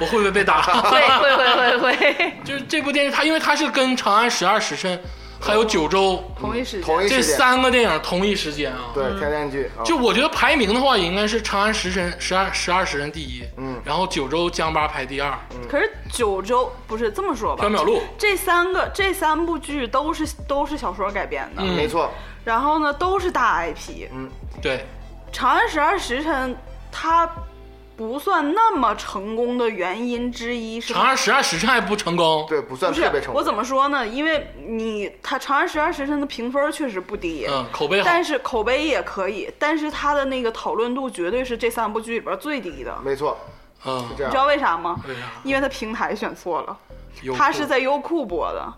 Speaker 2: 我会不会被打？
Speaker 3: 会会会
Speaker 4: [laughs]
Speaker 3: 会会，
Speaker 2: [laughs] 就是这部电视，它因为它是跟《长安十二时辰》还有《九州
Speaker 4: 同一时间
Speaker 5: 同》一
Speaker 2: 这
Speaker 5: 时间，
Speaker 2: 三个电影同一时间啊。
Speaker 5: 对，天天剧啊，
Speaker 2: 就我觉得排名的话，也应该是《长安十辰》十二十二时辰第一，
Speaker 5: 嗯
Speaker 2: 然后《九州江八》排第二，
Speaker 4: 嗯可是九州不是这么说吧？
Speaker 2: 缥缈录》
Speaker 4: 这三个这三部剧都是都是小说改编的，
Speaker 2: 嗯
Speaker 5: 没错，
Speaker 4: 然后呢都是大 IP，《
Speaker 2: 对，
Speaker 4: 长安十二时辰》它不算那么成功的原因之一
Speaker 2: 《
Speaker 4: 是它
Speaker 2: 长安十二时辰》还不成功，
Speaker 5: 对，不算
Speaker 4: 不是
Speaker 5: 特别成
Speaker 4: 我
Speaker 5: 功。
Speaker 4: 怎么说呢？因为你它《长安十二时辰》的评分确实不低，
Speaker 2: 嗯，口碑好，
Speaker 4: 但是口碑也可以，但是它的那个讨论度绝对是这三部剧里边最低的。
Speaker 5: 没错，
Speaker 2: 嗯啊
Speaker 5: 是，这
Speaker 4: 你知道
Speaker 5: 样。
Speaker 4: 为啥吗？
Speaker 2: 为啥？
Speaker 4: 因为它平台选错了，
Speaker 2: 有
Speaker 4: 它是在优酷播的，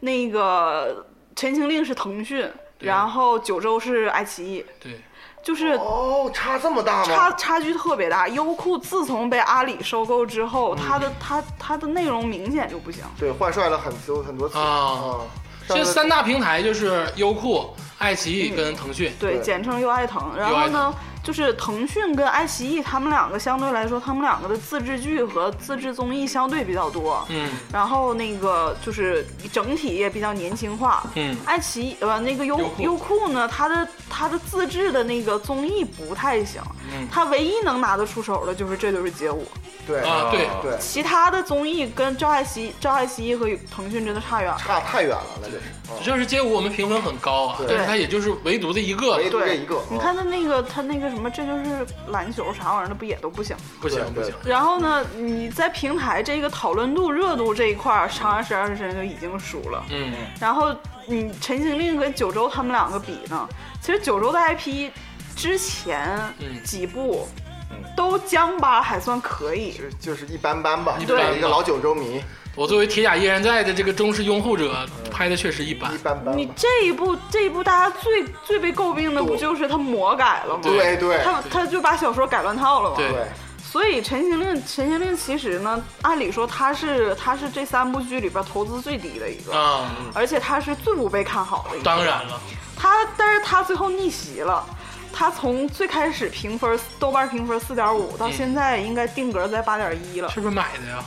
Speaker 4: 那个《陈情令》是腾讯，
Speaker 2: 对
Speaker 4: 然后《九州》是爱奇艺，
Speaker 2: 对，
Speaker 4: 就是
Speaker 5: 哦，差这么大
Speaker 4: 差
Speaker 5: 吗？
Speaker 4: 差距特别大。优酷自从被阿里收购之后，它的它它的内容明显就不行。
Speaker 5: 对，换帅了很多很多次
Speaker 2: 啊
Speaker 4: 哦
Speaker 5: 啊。上
Speaker 2: 这
Speaker 5: 次
Speaker 2: 三大平台就是优酷、爱奇
Speaker 4: 嗯
Speaker 2: 艺跟腾讯，
Speaker 4: 对，
Speaker 5: 对
Speaker 4: 简称优爱腾。然后呢，就是腾讯跟爱奇艺，他们两个相对来说，他们两个的自制剧和自制综艺相对比较多。
Speaker 2: 嗯
Speaker 4: 然后那个就是整体也比较年轻化。
Speaker 2: 嗯，
Speaker 4: 爱奇艺呃，那个优
Speaker 2: 优酷
Speaker 4: 优酷呢，它的它的自制的那个综艺不太行，它唯一能拿得出手的就是这就是街舞，
Speaker 5: 对
Speaker 2: 啊对
Speaker 6: 啊
Speaker 5: 对，
Speaker 4: 其他的综艺跟赵爱奇赵爱奇艺和腾讯真的差远了。
Speaker 5: 差太远了，那就是。啊
Speaker 2: 就是街舞我们评分很高啊，
Speaker 5: 对
Speaker 2: 但是它也就是唯独的一个
Speaker 5: 嗯唯独这
Speaker 4: 对
Speaker 5: 一个，
Speaker 4: 你看他那个，他那个什么，这就是篮球啥玩意儿的，不也都不行吗？
Speaker 2: 不行
Speaker 5: 对
Speaker 2: 不行，
Speaker 4: 然后呢，你在平台这个讨论度、热度这一块儿，《长安十二时辰》就已经输了。
Speaker 2: 嗯，
Speaker 4: 然后你《陈情令》跟九州他们两个比呢，其实九州的 IP 之前
Speaker 2: 嗯
Speaker 4: 几部都江吧还算可以。
Speaker 5: 就嗯就是一般般吧，
Speaker 2: 一
Speaker 5: 作
Speaker 2: 般
Speaker 5: 为一个
Speaker 2: 吧
Speaker 5: 老九州迷，
Speaker 2: 我作为铁甲依然在的这个忠实拥护者，
Speaker 4: 嗯
Speaker 2: 拍的确实一般
Speaker 5: 一。般般
Speaker 4: 你
Speaker 5: 吧。
Speaker 4: 这一部这一部大家最最被诟病的不就是他魔改了吗？
Speaker 5: 对对
Speaker 4: 他他就把小说改乱套了嘛。
Speaker 2: 对
Speaker 5: 对，
Speaker 4: 所以《陈情令》《陈情令》其实呢，按理说它是它是这三部剧里边投资最低的一个，
Speaker 2: 啊、嗯
Speaker 4: 而且它是最不被看好的一个。
Speaker 2: 当然了，
Speaker 4: 他但是他最后逆袭了，他从最开始评分豆瓣评分四点五，到现在应该定格在八点一了。
Speaker 2: 是不是买的呀？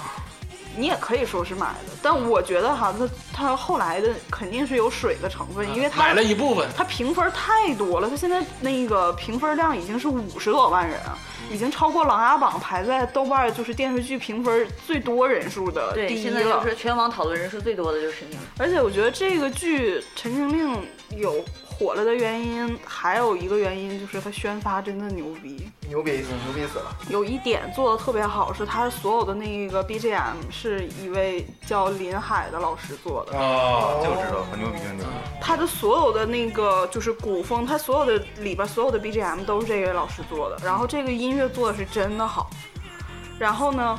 Speaker 4: 你也可以说是买的，但我觉得哈，他他后来的肯定是有水的成分，因为他
Speaker 2: 嗯买了一部分，
Speaker 4: 他评分太多了，他现在那个评分量已经是五十多万人啊，
Speaker 2: 嗯
Speaker 4: 已经超过《琅琊榜》排在豆瓣就是电视剧评分最多人数的
Speaker 3: 对，
Speaker 4: 第一
Speaker 3: 现在就
Speaker 4: 了。
Speaker 3: 是全网讨论人数最多的就是你了。
Speaker 4: 而且我觉得这个剧《陈情令》有火了的原因，还有一个原因就是它宣发真的牛逼。
Speaker 5: 牛逼牛逼死了，
Speaker 4: 有一点做的特别好是，它所有的那个 BGM 是一位叫林海的老师做的，
Speaker 6: 啊，这我知道，很牛逼，很牛逼。
Speaker 4: 他的所有的那个就是古风，他所有的里边所有的 BGM 都是这位老师做的，然后这个音乐做的是真的好。然后呢，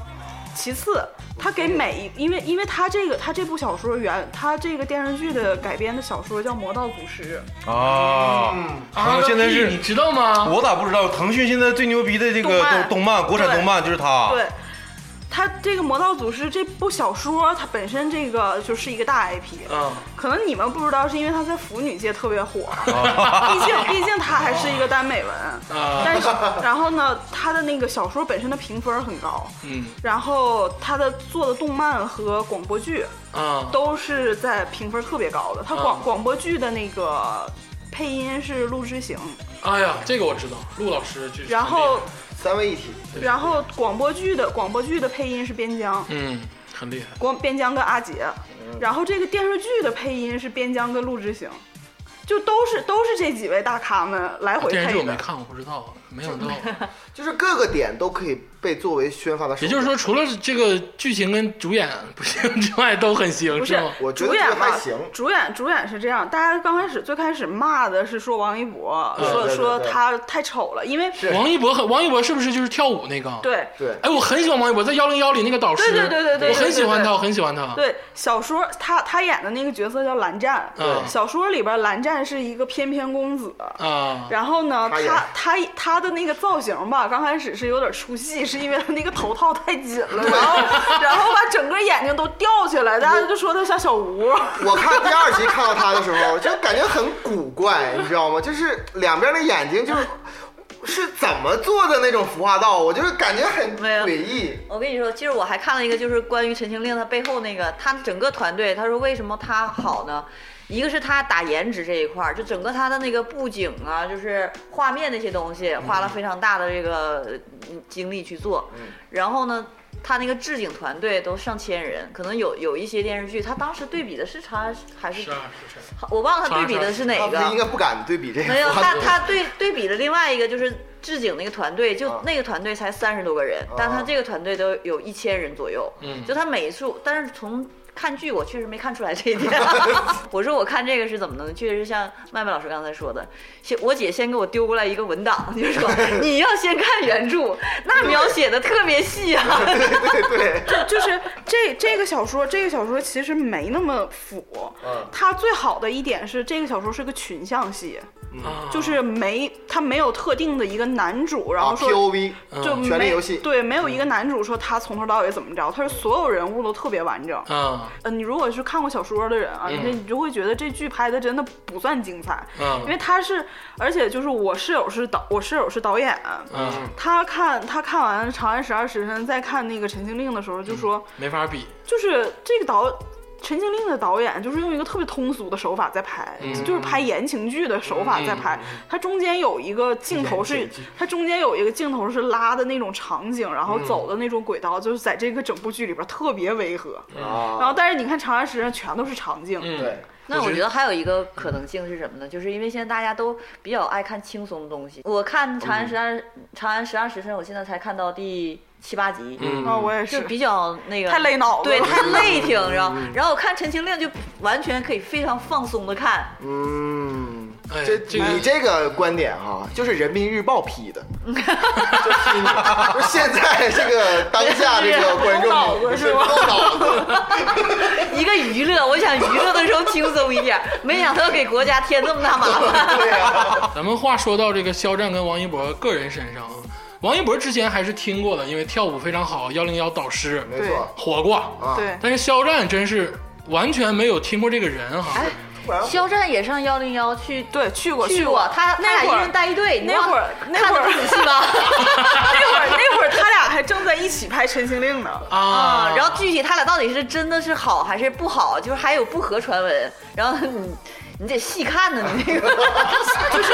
Speaker 4: 其次，他给每一，因为因为他这个他这部小说原他这个电视剧的改编的小说叫《魔道祖师
Speaker 6: 啊，然后现在
Speaker 2: 啊那屁你
Speaker 6: 是
Speaker 2: 知道吗？
Speaker 6: 我咋不知道？腾讯现在最牛逼的这个
Speaker 4: 动漫
Speaker 6: 动动漫，国产动漫就是》，它。
Speaker 4: 对。他这个《魔道祖师》这部小说，它本身这个就是一个大 IP，
Speaker 2: 嗯，
Speaker 4: 可能你们不知道，是因为它在腐女界特别火，
Speaker 2: [laughs]
Speaker 6: 啊
Speaker 4: [laughs] 毕竟毕竟它还是一个耽美文。
Speaker 2: 啊， [laughs]
Speaker 4: 但是，然后呢，他的那个小说本身的评分很高，
Speaker 2: 嗯，
Speaker 4: 然后他的做的动漫和广播剧
Speaker 2: 啊，
Speaker 4: 都是在评分特别高的。他广、
Speaker 2: 嗯
Speaker 4: 广播剧的那个配音是陆之行，
Speaker 2: 哎呀，这个我知道，陆老师就是。
Speaker 4: 然后，
Speaker 5: 三位一体，
Speaker 2: 对
Speaker 4: 然后广播剧的广播剧的配音是边疆，
Speaker 2: 嗯，很厉害。
Speaker 4: 光边疆跟阿杰，
Speaker 5: 嗯
Speaker 4: 然后这个电视剧的配音是边疆跟陆之行。就都是都是这几位大咖们来回
Speaker 2: 电视剧
Speaker 4: 配
Speaker 2: 我没
Speaker 4: 的，
Speaker 2: 看，我不知道，没想到。
Speaker 5: 就是各个点都可以被作为宣发的手
Speaker 2: 也就是
Speaker 5: 段。
Speaker 2: 说，除了这个剧情跟主演不行之外，都很行，
Speaker 4: 不
Speaker 2: 是
Speaker 4: 是
Speaker 2: 吗？
Speaker 5: 我觉得
Speaker 4: 主
Speaker 5: 这
Speaker 4: 演
Speaker 5: 个还
Speaker 4: 嘛
Speaker 5: 行
Speaker 4: 主演主演是这样，大家刚开始最开始骂的是说王一博，
Speaker 5: 啊对
Speaker 4: 说
Speaker 5: 对对
Speaker 4: 说
Speaker 5: 对
Speaker 4: 他太丑了，因为
Speaker 5: 对
Speaker 2: 王一博和王一博是不是就是跳舞那个？。
Speaker 4: 对
Speaker 5: 对，
Speaker 2: 哎，我很喜欢王一博，在幺零幺里那个导师，
Speaker 4: 对对对对对
Speaker 2: 我很喜欢他，
Speaker 4: 对对对
Speaker 2: 我很喜欢他。
Speaker 4: 对小说他他演的那个角色叫蓝湛，
Speaker 2: 嗯
Speaker 4: 小说里边蓝湛是一个翩翩公子。
Speaker 5: 嗯
Speaker 2: 啊，
Speaker 4: 然后呢，
Speaker 5: 他演
Speaker 4: 他他他的那个造型吧，刚开始是有点出戏， [laughs] 是因为他那个头套太紧了，然后然后把整个眼睛都吊起来，大家就说他像小
Speaker 5: [laughs]
Speaker 4: 吴。
Speaker 5: 我看第二集看到他的时候，就感觉很古怪，你知道吗？就是两边的眼睛就是是怎么做的那种服化道，我就是感觉很
Speaker 3: 没有
Speaker 5: 诡异。
Speaker 3: 我跟你说，今儿我还看了一个，就是关于《陈情令》它背后那个，他整个团队，他说为什么他好呢？一个是他打颜值这一块儿，就整个他的那个布景啊，就是画面那些东西，花了非常大的这个嗯精力去做。然后呢，他那个置景团队都上千人，可能有有一些电视剧，他当时对比的是长安还是
Speaker 2: 是啊，是啊
Speaker 3: 我忘了他对比的是哪
Speaker 5: 他
Speaker 3: 个。
Speaker 5: 们应该不敢对比这个
Speaker 3: 没有，
Speaker 5: 服化
Speaker 3: 他
Speaker 5: 道
Speaker 3: 他对对比了另外一个就是置景那个团队，就那个团队才三十多个人，但他这个团队都有一千人左右。
Speaker 2: 嗯
Speaker 3: 就他每一处，但是从看剧我确实没看出来这一点。我说我看这个是怎么的，确实像麦麦老师刚才说的，先我姐先给我丢过来一个文档，就说你要先看原著，那描写的特别细啊。
Speaker 4: 就是这这个小说，这个小说其实没那么腐。
Speaker 5: 嗯
Speaker 4: 它最好的一点是，这个小说是个群像戏，
Speaker 5: 嗯
Speaker 2: 啊
Speaker 4: 就是没它没有特定的一个男主，然
Speaker 5: 啊
Speaker 4: 后说。
Speaker 5: POV
Speaker 2: 嗯
Speaker 4: 就没
Speaker 5: 权力游戏嗯
Speaker 4: 对，没有一个男主说他从头到尾怎么着，他是所有人物都特别完整。
Speaker 2: 啊，
Speaker 4: 嗯，你如果是看过小说的人啊，
Speaker 2: 嗯
Speaker 4: 那你就会觉得这剧拍的真的不算精彩，
Speaker 2: 嗯
Speaker 4: 因为他是，而且就是我室友是导，我室友是导演，
Speaker 2: 嗯，
Speaker 4: 他看他看完《长安十二时辰》再看那个《陈情令》的时候
Speaker 2: 嗯
Speaker 4: 就说，
Speaker 2: 没法比，
Speaker 4: 就是这个导《陈情令》的导演，就是用一个特别通俗的手法在拍，
Speaker 2: 嗯
Speaker 4: 就是拍言情剧的手法在拍。它中间有一个镜头是，它中间有一个镜头是拉的那种场景，然后
Speaker 2: 嗯
Speaker 4: 走的那种轨道，就是在这个整部剧里边特别违和。然
Speaker 5: 啊
Speaker 4: 后，，但是你看《长安十人》全都是场景，
Speaker 2: 嗯，
Speaker 5: 对，
Speaker 3: 那
Speaker 2: 我
Speaker 3: 我
Speaker 2: 觉
Speaker 3: 觉得还有一个可能性是什么呢？就是因为现在大家都比较爱看轻松的东西。我看《长安十二》长安十二时辰》，我现在才看到第七八集，
Speaker 2: 嗯
Speaker 4: 啊，我也。
Speaker 3: 就是比较那个
Speaker 4: 太累脑子
Speaker 3: 对，
Speaker 4: 了
Speaker 3: 太累 [laughs] 嗯挺着。然后我看《陈情令》就完全可以非常放松的看，
Speaker 5: 嗯，
Speaker 2: 哎，
Speaker 5: 这
Speaker 2: 这
Speaker 5: 你
Speaker 2: 个
Speaker 5: 这个观点哈、就是人民日报
Speaker 3: [laughs]
Speaker 5: 批的，就是就现在这个当下这个
Speaker 3: [laughs]
Speaker 5: 观众
Speaker 3: 够脑子是吗
Speaker 5: 够脑子，
Speaker 3: 一个娱乐，我想娱乐的时候轻松一 [laughs] 点，没想到给国家添这么大麻烦。
Speaker 5: 对啊呀、
Speaker 2: 咱们话说到这个肖战跟王一博个人身上啊，王一博之前还是听过的，因为跳舞非常好，幺零幺导师
Speaker 5: 没错
Speaker 2: 火过，
Speaker 5: 啊，
Speaker 4: 对，
Speaker 2: 但是肖战真是完全没有听过这个人哈。
Speaker 3: 哎，
Speaker 5: 突然
Speaker 3: [laughs] 肖战也上幺零幺去
Speaker 4: 对，去过
Speaker 3: 去
Speaker 4: 过
Speaker 3: 过，，他他俩
Speaker 4: 那
Speaker 3: 一
Speaker 4: 会
Speaker 3: 人
Speaker 4: 儿
Speaker 3: 带一队，你
Speaker 4: 那会儿
Speaker 3: 忘
Speaker 4: 那会儿
Speaker 3: 看得不仔 [laughs] 细吧？
Speaker 4: [laughs] 那会儿那会儿他俩还正在一起拍《陈情令》呢。
Speaker 2: 啊
Speaker 3: 啊，，然后具体他俩到底是真的是好还是不好，就是还有不合传闻，然后你你得细看呢，你那个就是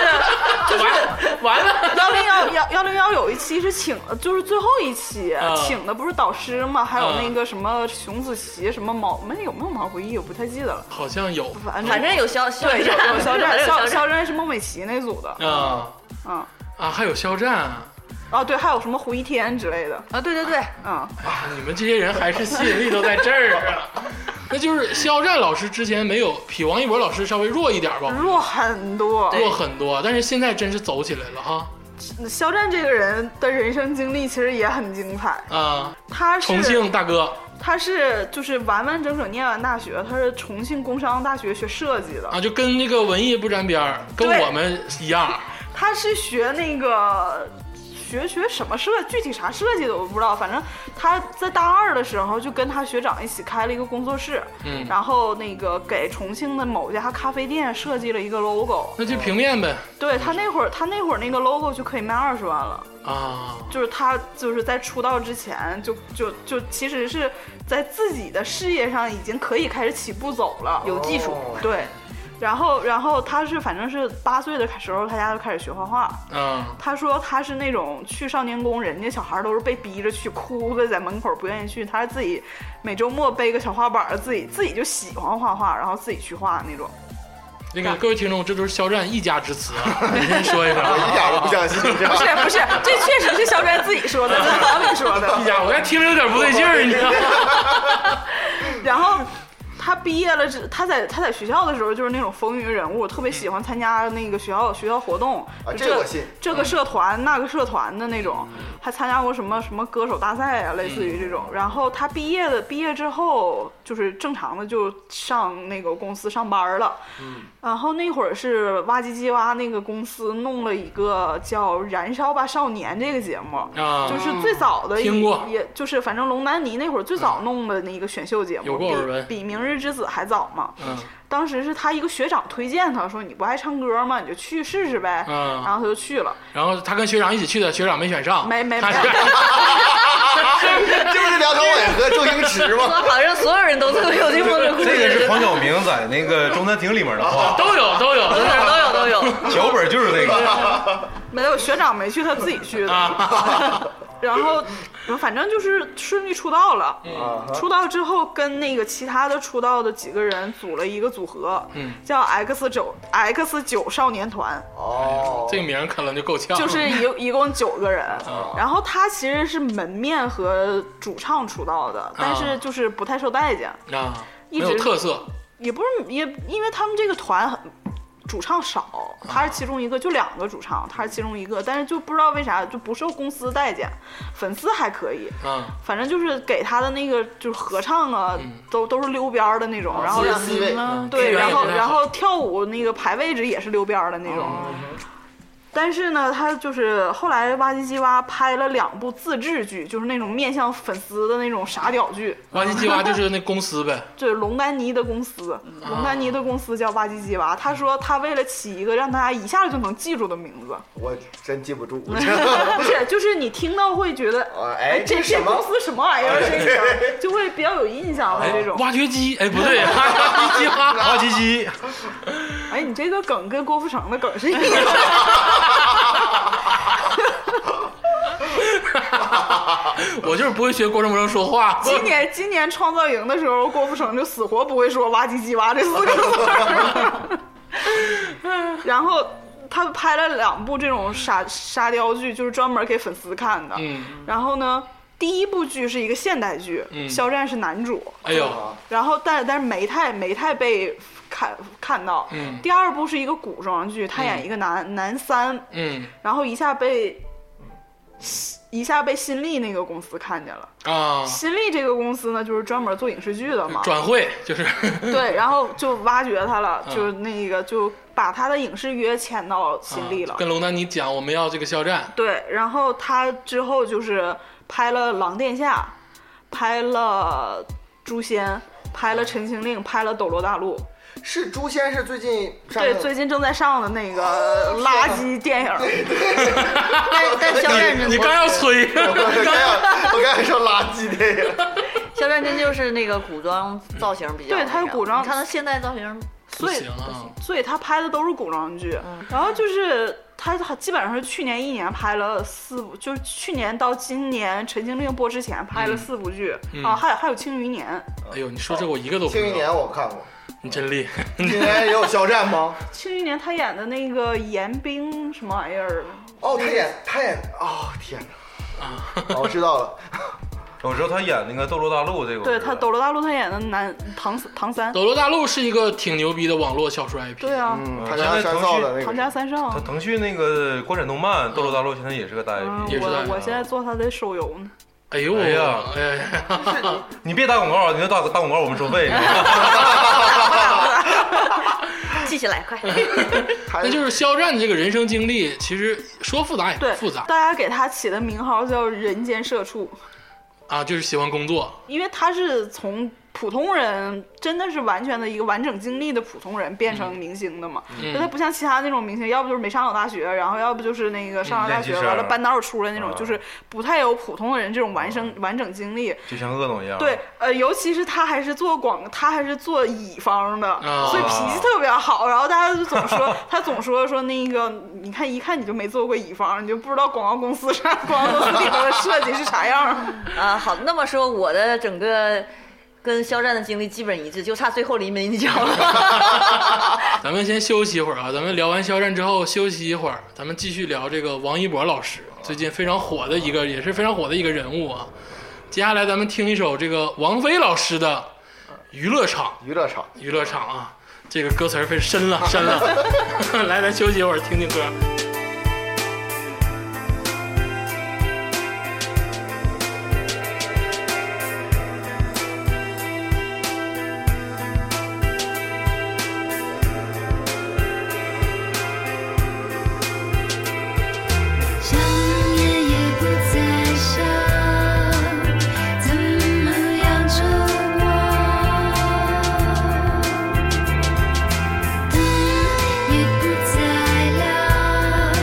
Speaker 2: 完了完了，
Speaker 4: 幺零幺幺幺零幺有一期是请，就是最后一期、
Speaker 2: 嗯
Speaker 4: 请的不是导师吗？还有
Speaker 2: 嗯
Speaker 4: 那个什么熊梓淇，什么毛没有没有毛不易，我不太记得了。
Speaker 2: 好像有
Speaker 4: 反正
Speaker 3: 反正有肖肖
Speaker 4: 对有有肖战，
Speaker 3: 有
Speaker 4: 肖
Speaker 3: 肖战，
Speaker 4: 肖战是孟美岐那组的，
Speaker 2: 啊
Speaker 4: 嗯，
Speaker 2: 啊，还有肖战啊，
Speaker 4: 哦对，还有什么胡一天之类的，
Speaker 3: 啊，对对对，
Speaker 4: 嗯，
Speaker 2: 啊你们这些人还是吸引力都在这儿
Speaker 3: [laughs]
Speaker 2: 啊。那就是肖战老师之前没有比王一博老师稍微弱一点
Speaker 3: 嗯
Speaker 2: 吧，
Speaker 4: 弱很多。
Speaker 2: 弱很多，但是现在真是走起来了哈
Speaker 4: 肖战这个人的人生经历其实也很精彩，
Speaker 2: 啊！
Speaker 4: 他是
Speaker 2: 重庆大哥
Speaker 4: 他是就是完完整整念完大学，他是重庆工商大学学设计的，
Speaker 2: 啊，就跟那个文艺不沾边儿，跟
Speaker 4: 对
Speaker 2: 我们一样。
Speaker 4: 他是学那个学学什么设，具体啥设计的我不知道，反正他在大二的时候就跟他学长一起开了一个工作室，
Speaker 2: 嗯
Speaker 4: 然后那个给重庆的某家咖啡店设计了一个 logo，
Speaker 2: 那就平面呗
Speaker 4: 对他那会儿他那会儿那个 logo 就可以卖二十万了。
Speaker 2: 啊，
Speaker 4: 就是他就是在出道之前就就就其实是在自己的事业上已经可以开始起步走了，
Speaker 3: 有技术，
Speaker 5: 哦
Speaker 4: 对。然后，然后他是反正是八岁的时候，他家就开始学画画。
Speaker 2: 嗯
Speaker 4: 他说他是那种去少年宫，人家小孩都是被逼着去，哭着在门口不愿意去，他是自己每周末背个小画板儿，自己自己就喜欢画画，然后自己去画那种。
Speaker 2: 那个各位听众，这都是肖战一家之词啊，你先说一声
Speaker 5: 我一
Speaker 2: 啊。
Speaker 5: 点都不相信，你知道
Speaker 4: 不
Speaker 5: 吗
Speaker 4: 是？不是，这确实是肖战自己 [laughs] 说的，不是导演说的。
Speaker 2: 一家，哎我还听着有点不对劲儿，你知道吗？
Speaker 4: 然后他毕业了之，他在他在学校的时候就是那种风云人物，特别喜欢参加那个学校学校活动，
Speaker 5: 啊
Speaker 4: 就
Speaker 5: 这我信
Speaker 4: 这个社团、那个社团的那种，还参加过什么什么歌手大赛啊，类似于这种。
Speaker 5: 嗯
Speaker 4: 然后他毕业的毕业之后，就是正常的就上那个公司上班了。
Speaker 5: 嗯
Speaker 4: 然后那会儿是哇唧唧哇那个公司弄了一个叫《燃烧吧少年》这个节目，
Speaker 2: 啊，
Speaker 4: [laughs] 就是最早的一
Speaker 2: 听过嗯
Speaker 4: 也就是反正龙丹妮那会儿最早弄的那个选秀节目，
Speaker 2: 有过耳闻
Speaker 4: 比比《明日之子》还早嘛。
Speaker 2: 嗯
Speaker 4: 当时是他一个学长推荐他说：“你不爱唱歌吗？你就去试试呗。
Speaker 2: 嗯
Speaker 4: 然后他就去了，
Speaker 2: 然后他跟学长一起去的，学长没选上，
Speaker 4: 没没
Speaker 2: 他是
Speaker 4: 没
Speaker 5: 这不是梁朝伟和周星驰
Speaker 3: 说 [laughs]
Speaker 5: 吗？
Speaker 3: 好像所有人都特别有这风的故
Speaker 6: 这个是
Speaker 3: 事，
Speaker 6: 黄晓明在那个中餐厅里面的话，
Speaker 2: [laughs] 都有都有
Speaker 3: 都有都有都有，
Speaker 6: 脚本就是那个，
Speaker 4: 没有学长没去，他自己去的。
Speaker 2: 啊，
Speaker 4: [laughs] 然后反正就是顺利出道了。
Speaker 2: 嗯
Speaker 5: 啊哈
Speaker 4: 出道之后，跟那个其他的出道的几个人组了一个组合，
Speaker 2: 嗯
Speaker 4: 叫 X 九 X 九少年团。
Speaker 5: 哦，
Speaker 2: 这个名儿可能就够呛，
Speaker 4: [laughs] 就是一一共九个人，然后他其实是门面和主唱出道的，但是就是不太受待见，
Speaker 2: 啊，没
Speaker 4: 一直
Speaker 2: 有特色，
Speaker 4: 也不是也因为他们这个团很主唱少，他是其中一个，就两个主唱，他是其中一个，但是就不知道为啥就不受公司待见，粉丝还可以，
Speaker 2: 啊，
Speaker 4: 反正就是给他的那个就是合唱啊，都都是溜边哦儿的嗯那种，然后
Speaker 5: 四十四位，
Speaker 2: 资
Speaker 4: 对，
Speaker 2: 源
Speaker 4: 然
Speaker 2: 也
Speaker 4: 后
Speaker 2: 不太
Speaker 4: 然
Speaker 2: 好
Speaker 4: 后跳舞那个哦排位置也是溜边儿的那种。但是呢，他就是后来哇唧唧哇拍了两部自制剧，就是那种面向粉丝的那种傻屌剧。
Speaker 2: 挖机计划就是那公司呗，
Speaker 4: 就是龙丹妮的公司，龙丹妮的公司叫哇唧唧哇。他说他为了起一个让大家一下就能记住的名字，
Speaker 5: 我真记不住。 [laughs]
Speaker 4: 不是，就是你听到会觉得，
Speaker 5: 啊
Speaker 4: 哎
Speaker 5: [laughs] 哎，
Speaker 4: 这
Speaker 5: 这是什么
Speaker 4: 公司什么
Speaker 5: [laughs]
Speaker 4: 玩意儿，这个就会比较有印象的这种。
Speaker 2: 挖掘机，哎，不对，挖掘机挖，
Speaker 6: 挖唧唧，
Speaker 4: 哎，你这个梗跟郭富城的梗是一样
Speaker 5: [laughs]
Speaker 4: 的。
Speaker 2: 我就是不会学郭正明说话，
Speaker 4: 今年今年创造营的时候，郭富城就死活不会说“哇唧唧哇”这四个字儿。 [laughs] 然后他拍了两部这种沙沙雕剧，就是专门给粉丝看的。
Speaker 2: 嗯
Speaker 4: 然后呢，第一部剧是一个现代剧，
Speaker 2: 嗯
Speaker 4: 肖战是男主，
Speaker 2: 哎呦，
Speaker 4: 然后但但是没太没太被看看到。
Speaker 2: 嗯
Speaker 4: 第二部是一个古装剧，他演一个男、男三，
Speaker 2: 嗯
Speaker 4: 然后一下被一下被新力那个公司看见了。
Speaker 2: 啊，
Speaker 4: 新力这个公司呢，就是专门做影视剧的嘛，
Speaker 2: 转会就是
Speaker 4: 对，然后就挖掘他了，
Speaker 2: 嗯
Speaker 4: 就那个就把他的影视约签到新力了。
Speaker 2: 啊跟龙丹妮讲我们要这个肖战，
Speaker 4: 对，然后他之后就是拍了《狼殿下》，拍了《诛仙》，拍了《陈情令》，拍了《斗罗大陆》。
Speaker 5: 是《诛仙》是最近上
Speaker 4: 对，
Speaker 5: 映哦啊
Speaker 4: 最近正在上的那个垃圾电影儿，
Speaker 3: 但但肖战真
Speaker 2: 你刚要催，
Speaker 5: [laughs] 我刚想我刚想说垃圾电影，
Speaker 3: 肖战真就是那个古装造型比较那啥，
Speaker 4: 对他是古装
Speaker 3: 你看他现代造型，
Speaker 2: 不
Speaker 4: 所以
Speaker 2: 行啊，
Speaker 4: 所以他拍的都是古装剧。
Speaker 5: 嗯
Speaker 4: 然后就是他基本上是去年一年拍了四部，就是去年到今年《陈情令》播之前拍了四部剧、
Speaker 2: 嗯
Speaker 4: 啊，还有还有《庆余年》。
Speaker 2: 哎呦，你说这我一个都
Speaker 5: 《
Speaker 2: 不知
Speaker 5: 庆余年
Speaker 2: 道，》
Speaker 5: 我看过，
Speaker 2: 你真厉害，
Speaker 5: 《庆余年》也有肖战吗？
Speaker 4: 庆余年他演的那个严冰什么玩意儿，
Speaker 5: 哦，他演他演哦，天哪！啊，我知道了，
Speaker 6: 我知道他演那个《斗罗大陆》这个我知道，
Speaker 4: 对他《斗罗大陆》他演的男唐唐三，
Speaker 2: 《斗罗大陆》是一个挺牛逼的网络小说 IP，
Speaker 4: 对啊，
Speaker 5: 嗯，
Speaker 6: 嗯
Speaker 5: 唐家三少的那个
Speaker 4: 唐家三
Speaker 6: 他
Speaker 4: 少。
Speaker 6: 腾讯那个国产动漫《斗罗大陆》现在也是个大
Speaker 4: 嗯，
Speaker 2: 也
Speaker 6: IP。
Speaker 2: 是在
Speaker 4: 我我现在做他的手游呢，
Speaker 2: 哎呦，
Speaker 6: 哎呀
Speaker 2: 哎呀，
Speaker 6: 你别打广告，你要打打广告我们收费。
Speaker 3: 记起来快。
Speaker 5: 他，
Speaker 2: 那就是肖战这个人生经历，其实说复杂也不
Speaker 4: 对，
Speaker 2: 复杂
Speaker 4: 大家给他起的名号叫“人间社畜
Speaker 2: 啊，就是喜欢工作”，，
Speaker 4: 因为他是从普通人，真的是完全的一个完整经历的普通人变成明星的嘛。
Speaker 2: 嗯
Speaker 4: 就他不像其他那种明星，要不就是没上好大学，然后要不就是那个上了大
Speaker 6: 练习
Speaker 4: 学
Speaker 6: 生
Speaker 4: 完了半道儿出来那种，
Speaker 6: 啊
Speaker 4: 就是不太有普通人这种完生完整经历。
Speaker 6: 就像恶总一样。
Speaker 4: 对，，呃，尤其是他还是做广，他还是做乙方的，
Speaker 2: 啊
Speaker 4: 所以脾气特别好。然后大家就总说，他总说说那个，你看一看你就没做过乙方，你就不知道广告公司上广告公司里头的设计是啥样儿。
Speaker 3: 啊，好，那么说我的整个跟肖战的经历基本一致，就差最后临门一脚了。
Speaker 2: 咱们先休息一会儿啊，咱们聊完肖战之后休息一会儿，咱们继续聊这个王一博老师，最近非常火的一个，也是非常火的一个人物啊。接下来咱们听一首这个王菲老师的《娱乐场
Speaker 5: 娱乐场。》，
Speaker 2: 娱乐场啊，这个歌词儿非深了深了。 [laughs] 来，咱休息一会儿，听听歌。
Speaker 7: 想念也不再想，怎么样折磨？等也不再亮，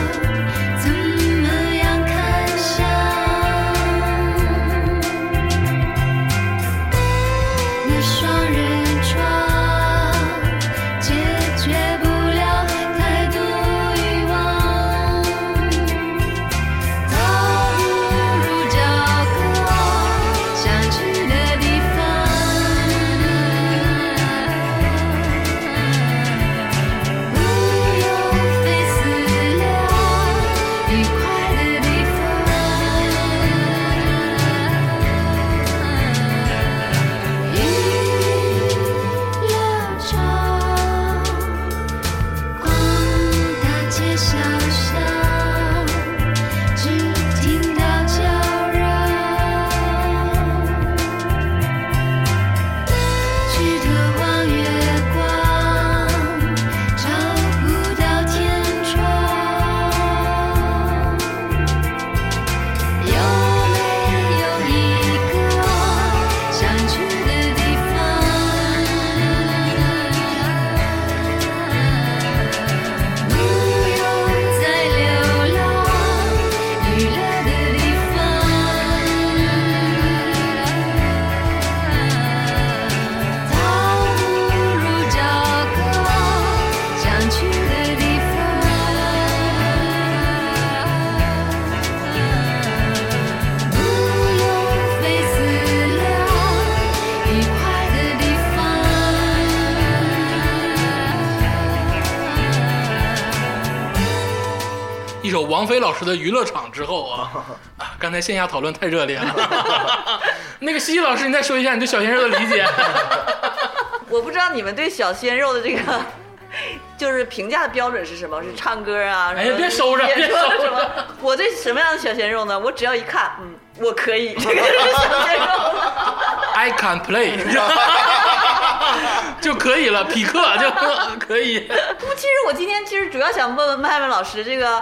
Speaker 2: 王菲老师的娱乐场之后啊，啊刚才线下讨论太热烈了。 [laughs] 那个西西老师，你再说一下你对小鲜肉的理解。
Speaker 3: 我不知道你们对小鲜肉的这个 [laughs] 就是评价的标准是什么？是唱歌啊？
Speaker 2: 嗯哎呀
Speaker 3: 什么
Speaker 2: 别收着
Speaker 3: 演
Speaker 2: 别
Speaker 3: 出啊
Speaker 2: 收着
Speaker 3: 什么我对什么样的小鲜肉呢？我只要一看，嗯，我可以， [laughs] 这个就是小鲜肉
Speaker 2: [laughs]
Speaker 3: 了。
Speaker 2: I can play，就可以了，匹克就可以。
Speaker 3: 不，其实我今天其实主要想问问麦麦老师，这个，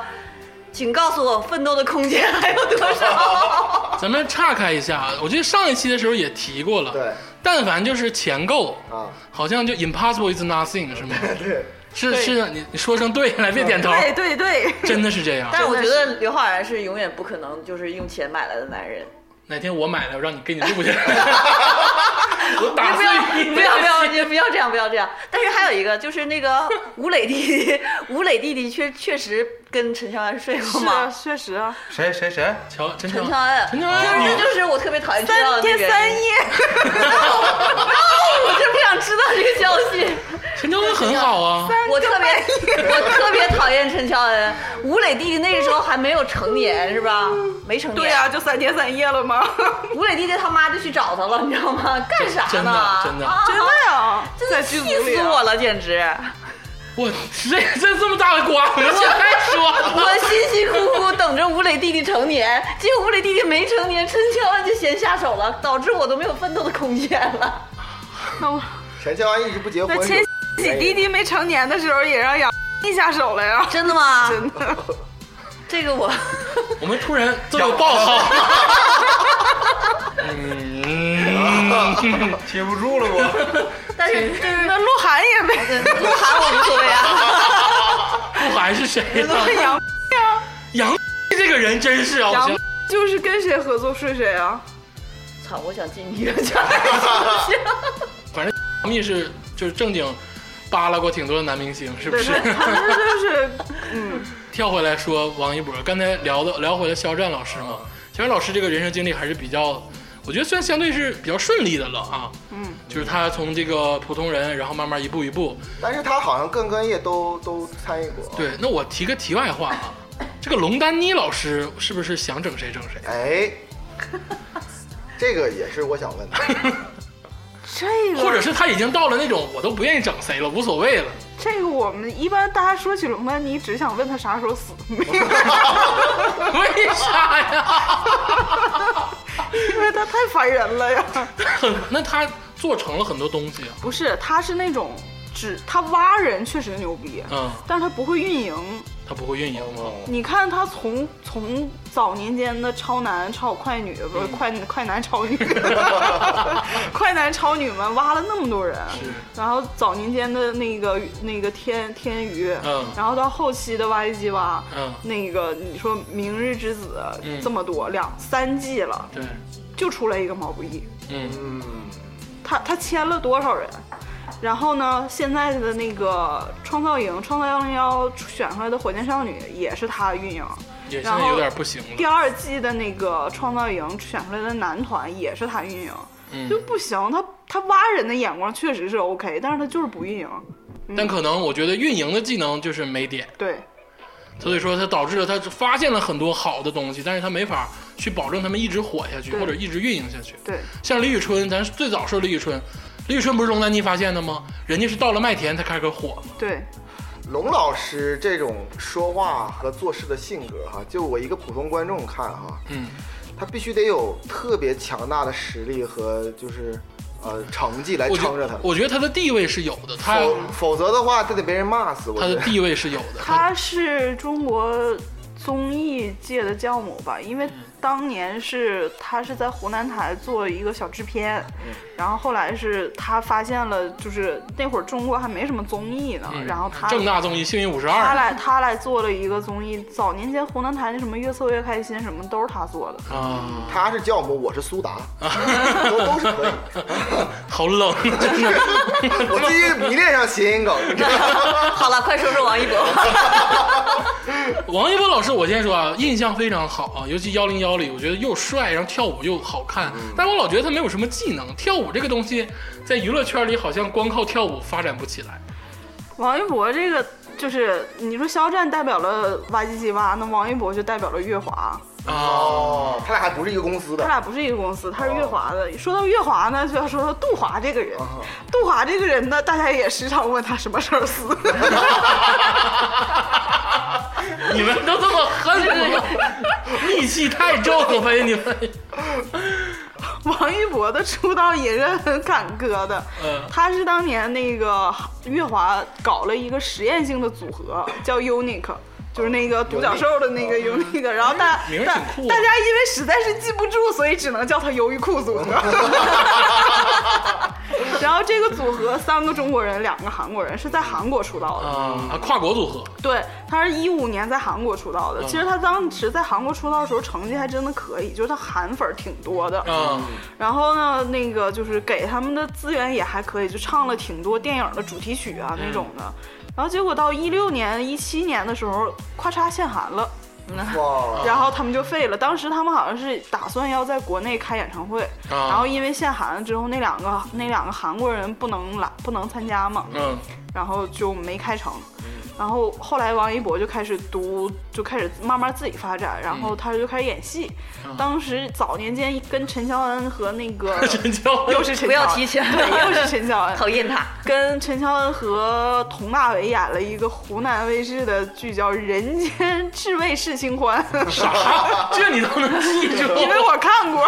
Speaker 3: 请告诉我奋斗的空间还有
Speaker 2: [laughs]
Speaker 3: 多少？
Speaker 2: 咱们岔开一下，我觉得上一期的时候也提过了。
Speaker 5: 对，
Speaker 2: 但凡就是钱够，
Speaker 5: 啊，
Speaker 2: 好像就 impossible is nothing 是吗？
Speaker 5: 对，
Speaker 2: 是
Speaker 4: 对
Speaker 2: 是，你你说声对来，别点头，
Speaker 4: 对对对，
Speaker 2: 真的是这样。
Speaker 3: 但是我觉得刘昊然是永远不可能就是用钱买来的男人。
Speaker 2: 哪天我买了，让你给你录去，我
Speaker 4: 啊
Speaker 2: 打
Speaker 3: 不要
Speaker 2: 碎你。
Speaker 3: 不要不要，你不要这样，不要这样。但是还有一个就是那
Speaker 4: [laughs]
Speaker 3: 个吴磊弟弟，吴磊弟弟确确实跟陈乔恩睡过
Speaker 4: 是啊，
Speaker 3: 吗？
Speaker 4: 确实啊，
Speaker 6: 谁谁谁？
Speaker 2: 乔陈
Speaker 3: 陈
Speaker 2: 乔
Speaker 3: 乔恩，
Speaker 2: 陈乔恩，[laughs]
Speaker 3: 这
Speaker 2: 你
Speaker 3: 就是我特别讨厌知道的那
Speaker 4: 三天
Speaker 3: 个
Speaker 4: 三夜，
Speaker 3: 我就不想知道这个消息。
Speaker 2: 陈乔恩很好 [laughs] 啊，
Speaker 3: 我特别我特别讨厌陈乔恩，吴磊弟弟那个时候还没有成年是吧？没成年。
Speaker 4: 对啊呀、就三天三夜了 [laughs] 吗？
Speaker 3: 吴磊弟弟他妈就去找他了，你知道吗？干啥呢？
Speaker 2: 真的真的
Speaker 3: 啊
Speaker 4: 真的呀，
Speaker 3: 真
Speaker 4: 在
Speaker 3: 的
Speaker 4: 剧
Speaker 3: 气
Speaker 4: 组里
Speaker 3: 死
Speaker 4: 啊
Speaker 3: 我了，简直！
Speaker 2: 我这这这么大的瓜，我们现在说，
Speaker 3: 我辛辛苦苦等着吴磊弟弟成年，结果吴磊弟弟没成年，陈乔恩就先下手了，导致我都没有奋斗的空间了。
Speaker 4: 那我
Speaker 5: 陈乔恩一直不结婚
Speaker 4: 那，千玺弟弟没成年的时候也让杨哎一下手了呀，
Speaker 3: 真的吗？
Speaker 4: 真的。
Speaker 3: 这个我，
Speaker 2: [laughs] 我们突然都有爆号，
Speaker 6: 接不住了我。
Speaker 3: [laughs] 但是就是
Speaker 4: 那鹿晗也没
Speaker 3: 鹿晗我无所谓啊。
Speaker 2: [laughs] 不管是谁呀、
Speaker 4: 那 [laughs] 杨
Speaker 2: [laughs] 杨这个人真是啊，我
Speaker 4: 杨
Speaker 2: 想
Speaker 4: 就是跟谁合作睡谁啊？
Speaker 3: 操，我想进你个家，行
Speaker 2: 杨幂是就是正经扒拉过挺多的男明星，是不
Speaker 4: 对，
Speaker 2: 是
Speaker 4: 他？他们 [laughs] 就是嗯，
Speaker 2: [laughs] 跳回来说王一博，刚才聊的聊回了肖战老师嘛，肖战老师这个人生经历还是比较，我觉得算相对是比较顺利的了啊。
Speaker 4: 嗯，
Speaker 2: 就是他从这个普通人，然后慢慢一步一步。
Speaker 5: 但是他好像各个业都都参与过。，
Speaker 2: 对，那我提个题外话啊，这个龙丹妮老师是不是想整谁整谁？
Speaker 5: 哎，这个也是我想
Speaker 2: [laughs]
Speaker 5: 问的。
Speaker 4: 这个
Speaker 2: 或者是他已经到了那种我都不愿意整谁了，无所谓了。 [laughs]
Speaker 4: 这个我们一般大家说起龙丹妮，只想问他啥时
Speaker 2: [laughs]
Speaker 4: 候死，
Speaker 2: 为啥呀？ [laughs]
Speaker 4: 因为他太烦人了呀。
Speaker 2: 很，那他做成了很多东西啊。
Speaker 4: 不是，他是那种只他挖人确实牛逼，
Speaker 2: 嗯，
Speaker 4: 但是他不会运营。
Speaker 2: 他不会运营吗？
Speaker 4: 你看他从从早年间的超男超快女，不
Speaker 2: 嗯
Speaker 4: 是快快男超
Speaker 2: [laughs]
Speaker 4: 女， [laughs] 快男超女们挖了那么多人，然后早年间的那个那个天天娱，
Speaker 2: 嗯
Speaker 4: 然后到后期的 YG 挖，
Speaker 2: 嗯
Speaker 4: 那个你说明日之子
Speaker 2: 嗯
Speaker 4: 这么多两三季了，
Speaker 2: 对，
Speaker 4: 就出来一个毛不易，
Speaker 2: 嗯，
Speaker 5: 嗯，
Speaker 4: 他他签了多少人？然后呢，现在的那个创造营，创造幺零幺选出来的火箭少女也是他运营，
Speaker 2: 也现在有点不行
Speaker 4: 第
Speaker 2: 了。
Speaker 4: 二季的那个创造营选出来的男团也是他运营，
Speaker 2: 嗯
Speaker 4: 就不行。他他挖人的眼光确实是 OK，但是他就是不运营。
Speaker 2: 但可能我觉得运营的技能就是没点，
Speaker 4: 对，
Speaker 2: 所以说他导致了他发现了很多好的东西，但是他没法去保证他们一直火下去
Speaker 4: 对
Speaker 2: 或者一直运营下去。
Speaker 4: 对，
Speaker 2: 像李宇春，咱最早说李宇春，李宇春不是龙丹妮发现的吗？人家是到了麦田才开始火嘛。
Speaker 4: 对，
Speaker 5: 龙老师这种说话和做事的性格哈，就我一个普通观众看哈，
Speaker 2: 嗯，
Speaker 5: 他必须得有特别强大的实力和就是呃成绩来
Speaker 2: 我觉
Speaker 5: 撑着他，
Speaker 2: 我觉得他的地位是有的，他
Speaker 5: 否否则的话他得被人骂死。我
Speaker 2: 他
Speaker 5: 觉
Speaker 2: 的
Speaker 5: 得
Speaker 2: 地位是有的。
Speaker 4: 他是中国综艺界的教母吧，因为
Speaker 2: 嗯
Speaker 4: 当年是他是在湖南台做一个小制片，
Speaker 2: 嗯
Speaker 4: 然后后来是他发现了，就是那会儿中国还没什么综艺呢，
Speaker 2: 嗯
Speaker 4: 然后他
Speaker 2: 正大综艺《幸运五十
Speaker 4: 他
Speaker 2: 二》
Speaker 4: 来他来做了一个综艺，早年间湖南台那什么越搜越开心什么都是他做的。
Speaker 2: 啊，
Speaker 5: 他是教母，我是
Speaker 2: [laughs]
Speaker 5: 苏达，都都是可以。
Speaker 2: 好冷，啊真的。
Speaker 5: 我最近迷恋上谐
Speaker 2: [laughs]
Speaker 5: 音梗，
Speaker 3: [laughs] 好了，快说说王一博 [laughs] 吧。
Speaker 2: 王一博老师，我先说啊，印象非常好啊，尤其幺零幺里，我觉得又帅，然后跳舞又好看。
Speaker 5: 嗯
Speaker 2: 但我老觉得他没有什么技能，跳舞这个东西在娱乐圈里好像光靠跳舞发展不起来。
Speaker 4: 王一博这个就是你说肖战代表了挖机机挖，那王一博就代表了月华，
Speaker 2: 啊，
Speaker 5: 哦，他俩还不是一个公司
Speaker 4: 他
Speaker 5: 的。
Speaker 4: 俩不是一个公司，他是月华的。说到月华呢，就要说说杜华这个人。
Speaker 5: 啊
Speaker 4: 杜华这个人呢，大家也时常问他什么时候死。
Speaker 2: 你们都这么恨吗？
Speaker 4: [laughs]
Speaker 2: 戾气太重了呗，你们。
Speaker 4: 王一博的出道也是很坎坷的，
Speaker 2: 嗯
Speaker 4: 他是当年那个月华搞了一个实验性的组合，叫 Unique。就是那个独角兽的那
Speaker 2: 哦
Speaker 4: 个 Unique，然后大
Speaker 2: 名儿
Speaker 4: 大
Speaker 2: 挺酷啊
Speaker 4: 大家因为实在是记不住，所以只能叫他优衣
Speaker 2: [laughs]
Speaker 4: 库组合。然后这个组合三个中国人，两个韩国人，是在韩国出道的。
Speaker 2: 啊，跨国组合
Speaker 4: 对，他是一五年在韩国出
Speaker 2: 嗯
Speaker 4: 道的。其实他当时在韩国出道的时候，成绩还真的可以，就是他韩粉儿挺多的。
Speaker 2: 啊，
Speaker 4: 然后呢，那个就是给他们的资源也还可以，就唱了挺多电影的主题曲啊那种的。
Speaker 2: 嗯
Speaker 4: 然后结果到一六年、一七年的时
Speaker 2: 啊
Speaker 4: 候，咔嚓限韩了，
Speaker 5: 哇，
Speaker 4: 然后他们就废了。当时他们好像是打算要在国内开演唱会，
Speaker 2: 啊
Speaker 4: 然后因为限韩之后，那两个那两个韩国人不能来，不能参加嘛。
Speaker 2: 嗯
Speaker 4: 然后就没开成。然后后来王一博就开始读，就开始慢慢自己发展，然
Speaker 2: 嗯
Speaker 4: 后他就开始演戏。当时早年间跟陈乔恩和那
Speaker 2: [laughs]
Speaker 4: 个
Speaker 2: 真叫
Speaker 4: [laughs] 又是陈乔恩
Speaker 3: 不要提起来
Speaker 4: 对，又是陈乔恩，
Speaker 3: 讨厌 [laughs] 他。
Speaker 4: [laughs] 跟陈乔恩和佟大为演了一个湖南卫视的剧，叫《人间至味是清欢》， [laughs]
Speaker 2: 啥？这你都能记住？
Speaker 4: 因为我看过。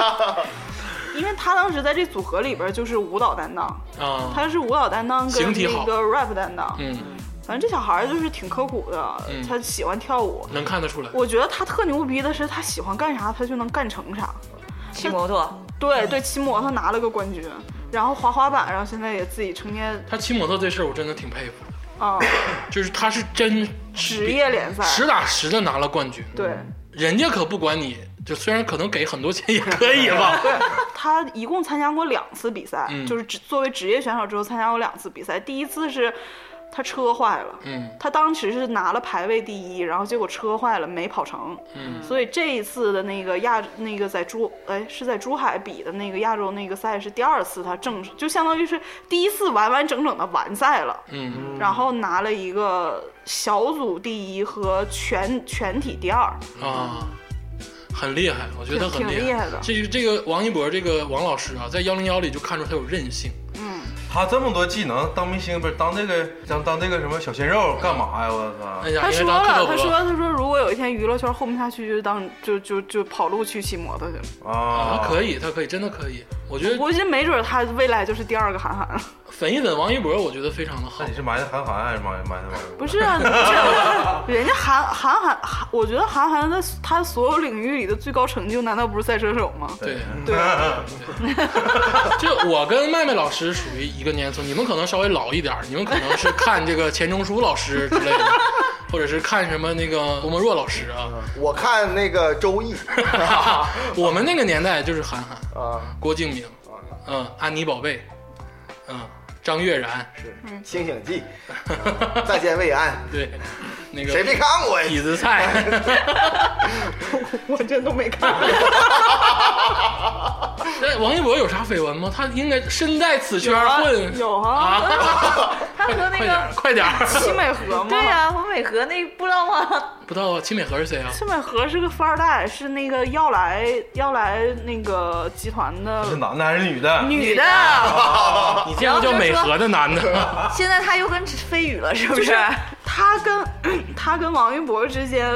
Speaker 4: [laughs] 因为他当时在这组合里边就是舞蹈担当，
Speaker 2: 啊，
Speaker 4: 他是舞蹈担当跟
Speaker 2: 形体
Speaker 4: 那
Speaker 2: 好
Speaker 4: 个 rap 担当，
Speaker 2: 嗯，
Speaker 4: 反正这小孩儿就是挺刻苦的，
Speaker 2: 嗯
Speaker 4: 他喜欢跳舞。
Speaker 2: 能看得出来。
Speaker 4: 我觉得他特牛逼的是，他喜欢干啥他就能干成啥。
Speaker 3: 骑摩托，
Speaker 4: 对对，骑摩托拿了个冠军，然后滑滑板，然后现在也自己成天
Speaker 2: 他骑摩托这事儿，我真的挺佩服的，
Speaker 4: 啊、
Speaker 2: 就是他是真
Speaker 4: 职业联赛。
Speaker 2: 实打实的拿了冠军，
Speaker 4: 对，
Speaker 2: 人家可不管你，就虽然可能给很多钱也可以
Speaker 4: [laughs]
Speaker 2: 吧，
Speaker 4: 他一共参加过两次比赛，
Speaker 2: 嗯
Speaker 4: 就是只作为职业选手之后参加过两次比赛。第一次是他车坏了，
Speaker 2: 嗯
Speaker 4: 他当时是拿了排位第一，然后结果车坏了没跑成，
Speaker 2: 嗯
Speaker 4: 所以这一次的那个亚那个在珠哎是在珠海比的那个亚洲那个赛是第二次他正就相当于是第一次完完整整的完赛了，
Speaker 2: 嗯
Speaker 4: 然后拿了一个小组第一和全全体第二，
Speaker 2: 啊，很厉害，我觉得很
Speaker 4: 挺挺厉害的
Speaker 2: 这这个王一博这个王老师啊，在幺零幺里就看出他有韧性，
Speaker 6: 他这么多技能，当明星不是当这个当当这个什么小鲜肉干嘛呀？我操
Speaker 2: 哎！呀，
Speaker 4: 他
Speaker 2: 应该
Speaker 4: 说
Speaker 2: 当克劳
Speaker 4: 了，他
Speaker 2: 伯
Speaker 4: 说他说如果有一天娱乐圈混不下去，就当就就就跑路去骑摩托去了。
Speaker 6: 啊
Speaker 2: 啊，，可以，他可以，真的可以，我觉得
Speaker 4: 我觉得没准他未来就是第二个韩寒了。
Speaker 2: 粉一粉王一博，我觉得非常的好
Speaker 6: 那你，是埋汰韩寒还是埋埋汰王一博
Speaker 4: 不是啊， [laughs] 这人家韩韩寒，韩我觉得韩寒的他所有领域里的最高成就，难道不是赛车手吗？
Speaker 2: 对。
Speaker 4: 对啊
Speaker 2: 这我跟麦麦老师属于一个年龄层，你们可能稍微老一点儿，你们可能是看这个钱钟书老师之类的，或者是看什么那个郭沫若老师
Speaker 5: [laughs]
Speaker 2: 啊。
Speaker 5: 我看那个《周易》
Speaker 2: 我们那个年代就是韩寒、
Speaker 5: 啊，
Speaker 2: 郭敬明，嗯，安妮宝贝，嗯，张悦然，
Speaker 5: 是
Speaker 2: 嗯
Speaker 5: 《清醒记》啊， [laughs] 再见未安，
Speaker 2: [laughs] 对，那
Speaker 5: 谁
Speaker 2: 个
Speaker 5: 没看过呀？
Speaker 2: 痞子蔡。
Speaker 4: [laughs] 我真都没看
Speaker 2: [laughs]
Speaker 4: 过。
Speaker 2: 那哎王一博有啥绯闻吗？他应该身在此圈混
Speaker 4: 有 [laughs] 啊，
Speaker 3: 他和
Speaker 2: 快
Speaker 3: 那
Speaker 2: 点儿
Speaker 3: 个，
Speaker 2: 快点儿！
Speaker 4: 戚美和吗？
Speaker 3: 对呀、我美和那不知道吗？
Speaker 2: 不知道啊，戚美和是谁啊？
Speaker 4: 戚美和是个富二代，是那个要来要来那个集团的
Speaker 6: 不是男的还是女的？
Speaker 4: 女的。啊
Speaker 2: 你见过叫美和的男的？
Speaker 3: 现在他又跟飞宇了，是不？
Speaker 4: 就是是他跟 [clears throat] 他跟王一博之间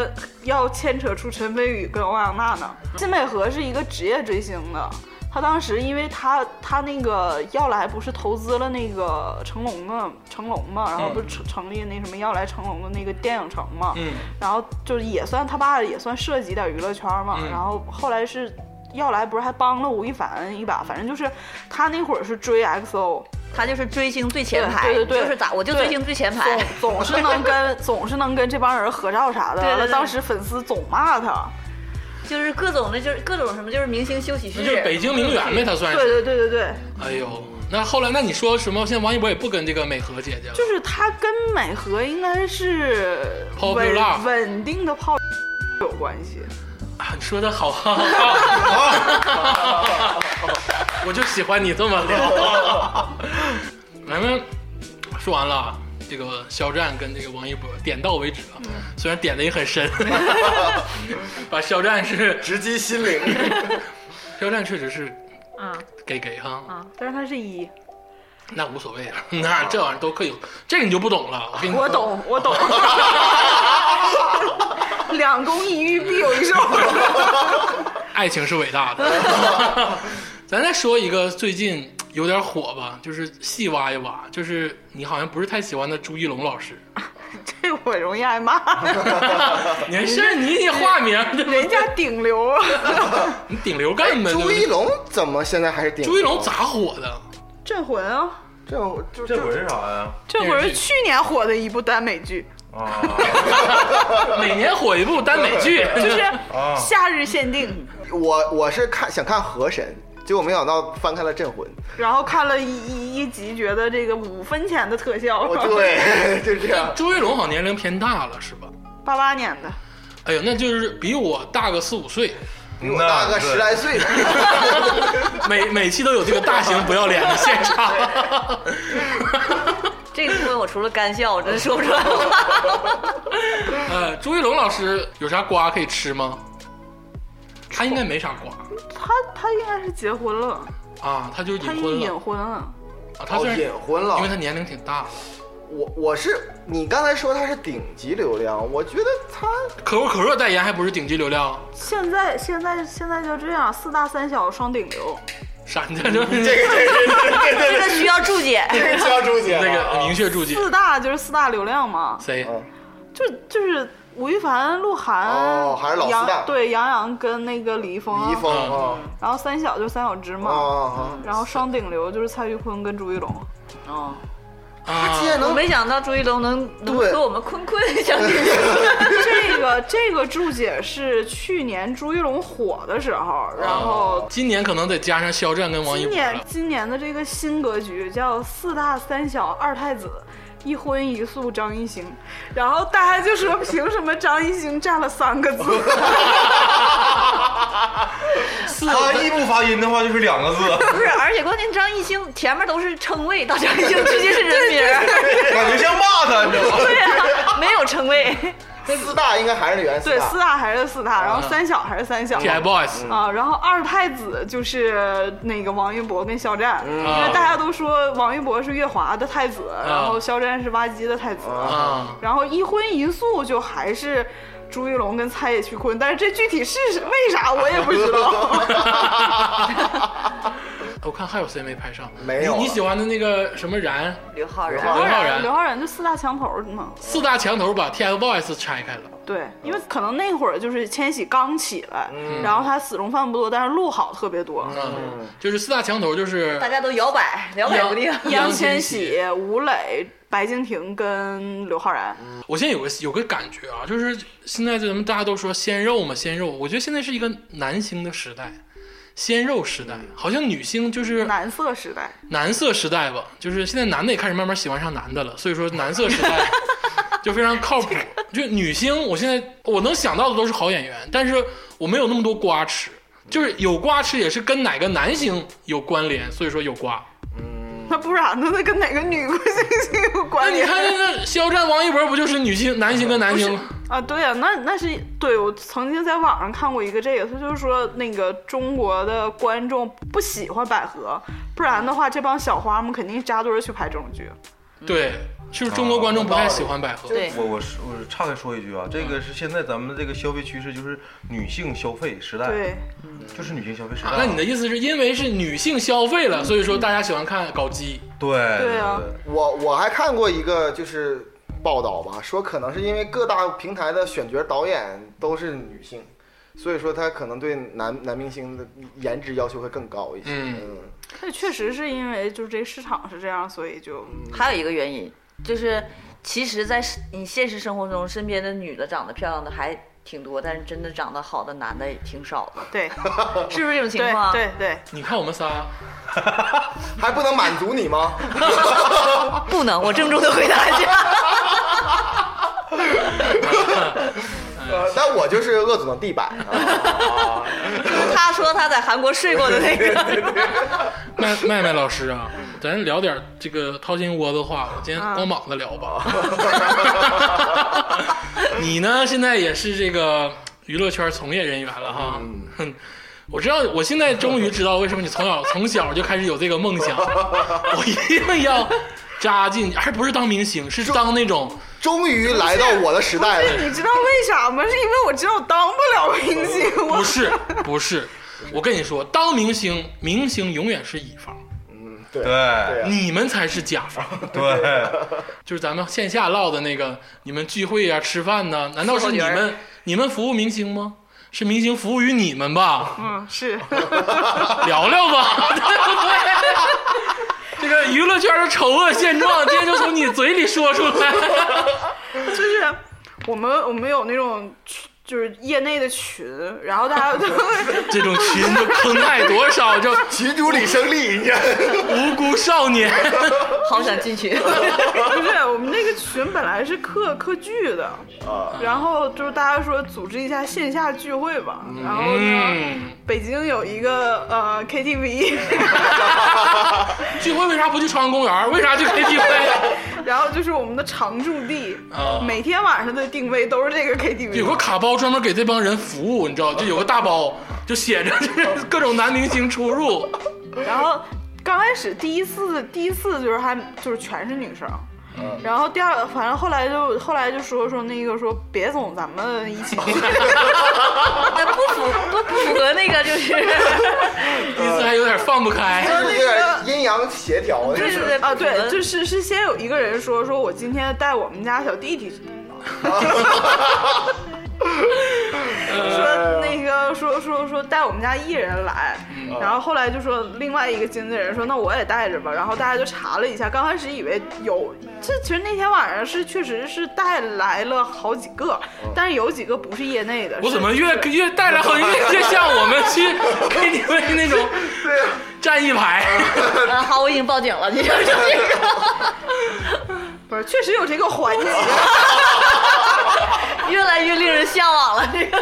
Speaker 4: 要牵扯出陈飞宇跟欧阳娜娜。金美和是一个职业追星的，他当时因为他他那个要来不是投资了那个成龙的成龙嘛，然后不是成成立那什么要来成龙的那个电影城嘛，
Speaker 2: 嗯
Speaker 4: 然后就是也算他爸也算涉及点娱乐圈嘛，
Speaker 2: 嗯
Speaker 4: 然后后来是。要来不是还帮了吴亦凡一把，反正就是他那会儿是追 XO，
Speaker 3: 他就是追星最前排，
Speaker 4: 对对对对
Speaker 3: 就是咋我就
Speaker 4: 对
Speaker 3: 追星最前排
Speaker 4: 总。总是能跟总是能跟这帮人合照啥的。
Speaker 3: 对对
Speaker 4: 完了
Speaker 3: 对
Speaker 4: 当时粉丝总骂他，
Speaker 3: 就是各种的，就是各种什么，就是明星休息室
Speaker 2: 那。 [laughs] 就是北京名媛呗，他算
Speaker 4: 对
Speaker 2: 是。
Speaker 4: 对对对对，
Speaker 2: 哎呦，那后来那你说什么？现在王一博也不跟这个美和姐姐了，
Speaker 4: 就是他跟美和应该是
Speaker 2: Popular
Speaker 4: 稳稳定的泡有关系。
Speaker 2: 啊你说的好，好好好好我就喜欢你这么聊。咱们说完了啊，这个肖战跟这个王一博点到为止啊，虽然点的也很深，把肖战是
Speaker 5: 直击心灵。
Speaker 2: 肖战确实是
Speaker 4: 啊
Speaker 2: 给给哈，
Speaker 4: 啊！但是他是一，
Speaker 2: 那无所谓了，那这玩意儿都可以，这个你就不懂了。我跟你
Speaker 4: 我 [laughs] 懂，我懂。两公一玉必有一 [laughs] 兽。
Speaker 2: 爱情是伟大的。咱再说一个最近有点火吧，就是细挖一挖，就是你好像不是太喜欢的朱一龙老师，
Speaker 4: 这我容易挨骂，
Speaker 2: 你还是你你化名，
Speaker 4: [laughs] 人家顶流。
Speaker 2: 你顶流干嘛？
Speaker 5: 哎朱一，龙怎么现在还是顶？啊
Speaker 2: 朱一龙？咋火的？
Speaker 4: 镇魂啊，
Speaker 5: 这我就
Speaker 6: 这回是啥呀？
Speaker 4: 这会儿是去年火的一部耽美剧，
Speaker 6: 啊
Speaker 2: 每年火一部耽美剧，
Speaker 4: 就是
Speaker 6: 啊！
Speaker 4: 夏日限定，
Speaker 5: 我我是看想看河神，结果没想到翻开了镇魂。
Speaker 4: 然后看了一一一集，觉得这个五分钱的特效，
Speaker 5: 哦，对， [laughs] 就是这
Speaker 2: [laughs]
Speaker 5: 样。
Speaker 2: 朱一龙好像年龄偏大了是吧？
Speaker 4: [laughs] 八八年的，
Speaker 2: 哎呦，那就是比我大个四五岁，
Speaker 5: 比我大个十来岁，
Speaker 2: 每每期都有这个大型不要脸的现场。
Speaker 3: 这个部分我除了干笑，我真说不出来话。
Speaker 2: 呃，朱一龙老师有啥瓜可以吃吗？他应该没啥瓜
Speaker 4: 他他应该是结婚了，
Speaker 2: 啊，他就是
Speaker 4: 他
Speaker 2: 隐婚
Speaker 4: 隐
Speaker 2: 了
Speaker 4: 婚啊，
Speaker 2: 啊。他
Speaker 5: 哦，
Speaker 2: 虽然
Speaker 5: 隐婚
Speaker 2: 因为
Speaker 5: 了。
Speaker 2: 他年龄挺大了，
Speaker 5: 我我是你刚才说他是顶级流量，我觉得他
Speaker 2: 可口可乐代言还不是顶级流量？
Speaker 4: 现在现在现在就这样，四大三小双顶流，
Speaker 2: 闪着就是
Speaker 5: 嗯这个这个
Speaker 3: 这个需要注解。
Speaker 5: [laughs] 这个啊教主
Speaker 2: [laughs]
Speaker 5: 姐
Speaker 2: 那个明确注解，
Speaker 4: 四大就是四大流量嘛，
Speaker 5: 嗯
Speaker 2: 谁？啊
Speaker 4: 就就是吴亦凡、鹿晗，
Speaker 5: 哦还是老四大
Speaker 4: 杨对杨洋跟那个李易峰啊，
Speaker 5: 李易峰啊
Speaker 4: 然后三小就是三小只
Speaker 5: 啊
Speaker 4: 嘛，
Speaker 5: 啊，
Speaker 4: 然后双顶流就是蔡徐坤跟朱一龙， [laughs]
Speaker 3: 哦，
Speaker 2: 啊
Speaker 5: 竟，然
Speaker 3: 我
Speaker 5: 能
Speaker 3: 没想到朱一龙能能
Speaker 5: 对
Speaker 3: 和我们坤坤相 [laughs] 提并论。
Speaker 4: 这个这个注解是去年朱一龙火的时候，然后
Speaker 2: 今年可能得加上肖战跟王一
Speaker 4: 今
Speaker 2: 博啊
Speaker 4: 年
Speaker 2: 了。
Speaker 4: 今年的这个新格局叫四大三小二太子。一荤一素张艺兴，然后大家就说凭什么张艺兴占了
Speaker 2: [laughs]
Speaker 4: 三个字？
Speaker 6: 他一不发音的话就是两个字，
Speaker 5: [laughs]
Speaker 3: 不是，而且关键张艺兴前面都是称谓，到张艺兴直接是人名儿，
Speaker 6: 感觉像骂他，你知道吗？
Speaker 3: 对啊， [laughs] 没有称谓。
Speaker 5: 四大应该还是原
Speaker 4: 对，
Speaker 5: 大
Speaker 4: 四。大还是四
Speaker 2: 啊
Speaker 4: 大，然后三小还是三小。
Speaker 2: TFBOYS
Speaker 4: 啊，然后二太子就是那个王一博跟肖战，因
Speaker 2: 啊
Speaker 4: 为大家都说王一博是月华的太子，然后肖战是挖机的太子，
Speaker 5: 嗯
Speaker 2: 啊，
Speaker 4: 然后一荤一素就还是朱一龙跟蔡徐坤，但是这具体是为啥我也不知
Speaker 2: [laughs]
Speaker 5: [laughs]
Speaker 4: 道。 [laughs]
Speaker 2: 我看还有谁没拍上？
Speaker 5: 没有啊
Speaker 2: 你你
Speaker 5: 了
Speaker 2: 喜欢的那个什么然
Speaker 3: 刘昊然
Speaker 5: 刘昊
Speaker 2: 刘昊
Speaker 4: 刘
Speaker 2: 然，
Speaker 4: 昊然就四大墙头嘛，
Speaker 2: 四大墙头把 TFBOYS 拆开了。
Speaker 4: 对，因为可能那会儿就是千玺刚起来，然后他死忠饭不多，但是路好特别多。
Speaker 2: 嗯，就是四大墙头就是
Speaker 3: 大家都摇摆，摇摆不定。
Speaker 2: 杨
Speaker 4: 杨
Speaker 2: 千
Speaker 4: 千
Speaker 2: 玺
Speaker 4: 玺、吴磊、白敬亭跟刘昊然，
Speaker 2: 我现在有个有个感觉啊，就是现在咱们大家都说鲜肉嘛，鲜肉，我觉得现在是一个男星的时代，鲜肉时代，好像女星就是
Speaker 4: 男色时代。
Speaker 2: 男色时代吧，就是现在男的也开始慢慢喜欢上男的了，所以说男色时 [laughs] 代就非常靠谱。就女星，我现在我能想到的都是好演员，但是我没有那么多瓜吃，就是有瓜吃也是跟哪个男星有关联，所以说有瓜。
Speaker 4: 那不然呢？那跟哪个女明星有
Speaker 2: 那
Speaker 4: 关
Speaker 2: 你
Speaker 4: 联？
Speaker 2: 看那个肖战、王一博不就是女星、男星跟男星吗？
Speaker 4: 啊，对呀、那那是对我曾经在网上看过一个这个，他就是说那个中国的观众不喜欢百合，不然的话这帮小花们肯定扎堆儿去拍这种剧。
Speaker 2: 对，就是中国观众不太喜欢百合。
Speaker 3: 对，
Speaker 6: 我我是我是岔开说一句啊，这个是现在咱们这个消费趋势，就是女性消费时
Speaker 2: 哎
Speaker 6: 代，
Speaker 4: 对，
Speaker 6: 就是女性消费时代
Speaker 2: 啊。那你的意思是因为是女性消费了，所以说大家喜欢看搞基？
Speaker 6: 对
Speaker 4: 对啊
Speaker 5: 我我还看过一个就是报道吧，说可能是因为各大平台的选角导演都是女性，所以说他可能对男男明星的颜值要求会更高一些。
Speaker 2: 嗯
Speaker 4: 那确实是因为就是这市场是这样，所以就
Speaker 2: 嗯
Speaker 3: 还有一个原因就是，其实，在是你现实生活中，身边的女的长得漂亮的还挺多，但是真的长得好的男的也挺少的，
Speaker 4: 对
Speaker 3: 是不是这种情
Speaker 4: 对
Speaker 3: 况？，
Speaker 4: 对对，
Speaker 2: 你看我们仨，
Speaker 5: 嗯还不能满足你吗？
Speaker 3: 不能，我郑重的回答一下。 [laughs]
Speaker 5: 呃但我就是恶总的地板啊！
Speaker 3: [laughs] 他说他在韩国睡过的那个，
Speaker 2: 麦麦麦老师啊，咱聊点这个掏心窝子话，我今天光膀子聊吧。 [laughs] 你呢，现在也是这个娱乐圈从业人员了哈。哼， [laughs] 我知道，我现在终于知道为什么你从小从小就开始有这个梦想，我一定要扎进，还不是当明星，是当那种
Speaker 5: 终于来到我的时代了。
Speaker 4: [laughs] 你知道为啥吗？是因为我知道我当不了明
Speaker 2: [laughs]
Speaker 4: 星，我
Speaker 2: 不是不是。我跟你说，当明星，明星永远是乙方，
Speaker 5: 嗯，对
Speaker 6: 对
Speaker 5: 呀
Speaker 2: 你们才是甲方。
Speaker 6: 对，
Speaker 2: 就是咱们线下唠的那个，你们聚会呀、吃饭呐，难道是你
Speaker 3: 四合
Speaker 2: 们你们服务明星吗？是明星服务于你们吧？
Speaker 4: 嗯是。
Speaker 2: 聊聊吧，对不对？这个娱乐圈的丑恶现状，今天就从你嘴里说出来。
Speaker 4: 就是我们我们有那种群就是业内的群，然后大家都会
Speaker 2: [laughs] 这种群就坑害多少就
Speaker 5: 群主李胜利，你看，
Speaker 2: 无辜少年，
Speaker 3: 好想进去。
Speaker 4: 不是我们那个群本来是课课剧的，
Speaker 2: 啊
Speaker 4: 然后就是大家说组织一下线下聚会吧，然后呢
Speaker 2: 嗯，
Speaker 4: 北京有一个呃
Speaker 2: [laughs]
Speaker 4: KTV，
Speaker 2: 聚会为啥不去朝阳公园？为啥去 KTV？
Speaker 4: [laughs] 然后就是我们的常驻地
Speaker 2: 啊，
Speaker 4: 每天晚上的定位都是这个
Speaker 2: 有个
Speaker 4: KTV。
Speaker 2: 卡包专门给这帮人服务，你知道？就有个大包，就写着
Speaker 5: [laughs]
Speaker 2: 就是各种男明星出入。
Speaker 4: 然后刚开始第一次第一次就是还就是全是女生。
Speaker 2: 嗯
Speaker 4: 然后第二，反正后来就后来就说说那个说别总咱
Speaker 2: [laughs]
Speaker 4: 们一起 [laughs] 去，
Speaker 3: 那不符不不符合那个就是，
Speaker 4: [laughs]
Speaker 2: 第一次还有点放不开。
Speaker 5: 就是有点阴阳协调，就
Speaker 3: 对对
Speaker 5: 是
Speaker 3: 对
Speaker 4: 啊，
Speaker 3: 不符
Speaker 4: 对，
Speaker 3: 合
Speaker 4: 就是是先有一个人说说我今天带我们家小弟弟，
Speaker 2: [laughs]
Speaker 4: 说那个说说说带我们家艺人来，
Speaker 2: 嗯
Speaker 4: 然后后来就说另外一个经纪人说那我也带着吧，然后大家就查了一下，刚开始以为有，这其实那天晚上是确实是带来了好几个，但是有几个不是业内的，
Speaker 2: 哦我
Speaker 4: 是
Speaker 2: 怎么越越带来好像越越像我们
Speaker 5: [laughs]
Speaker 2: 去 KTV 那种 [laughs] 站一排？
Speaker 5: [laughs]
Speaker 3: 啊好，我已经报警了，你就是这
Speaker 4: 不是确实有这个
Speaker 2: [laughs]
Speaker 4: 环节。
Speaker 3: 个，越来越令人向往了。这个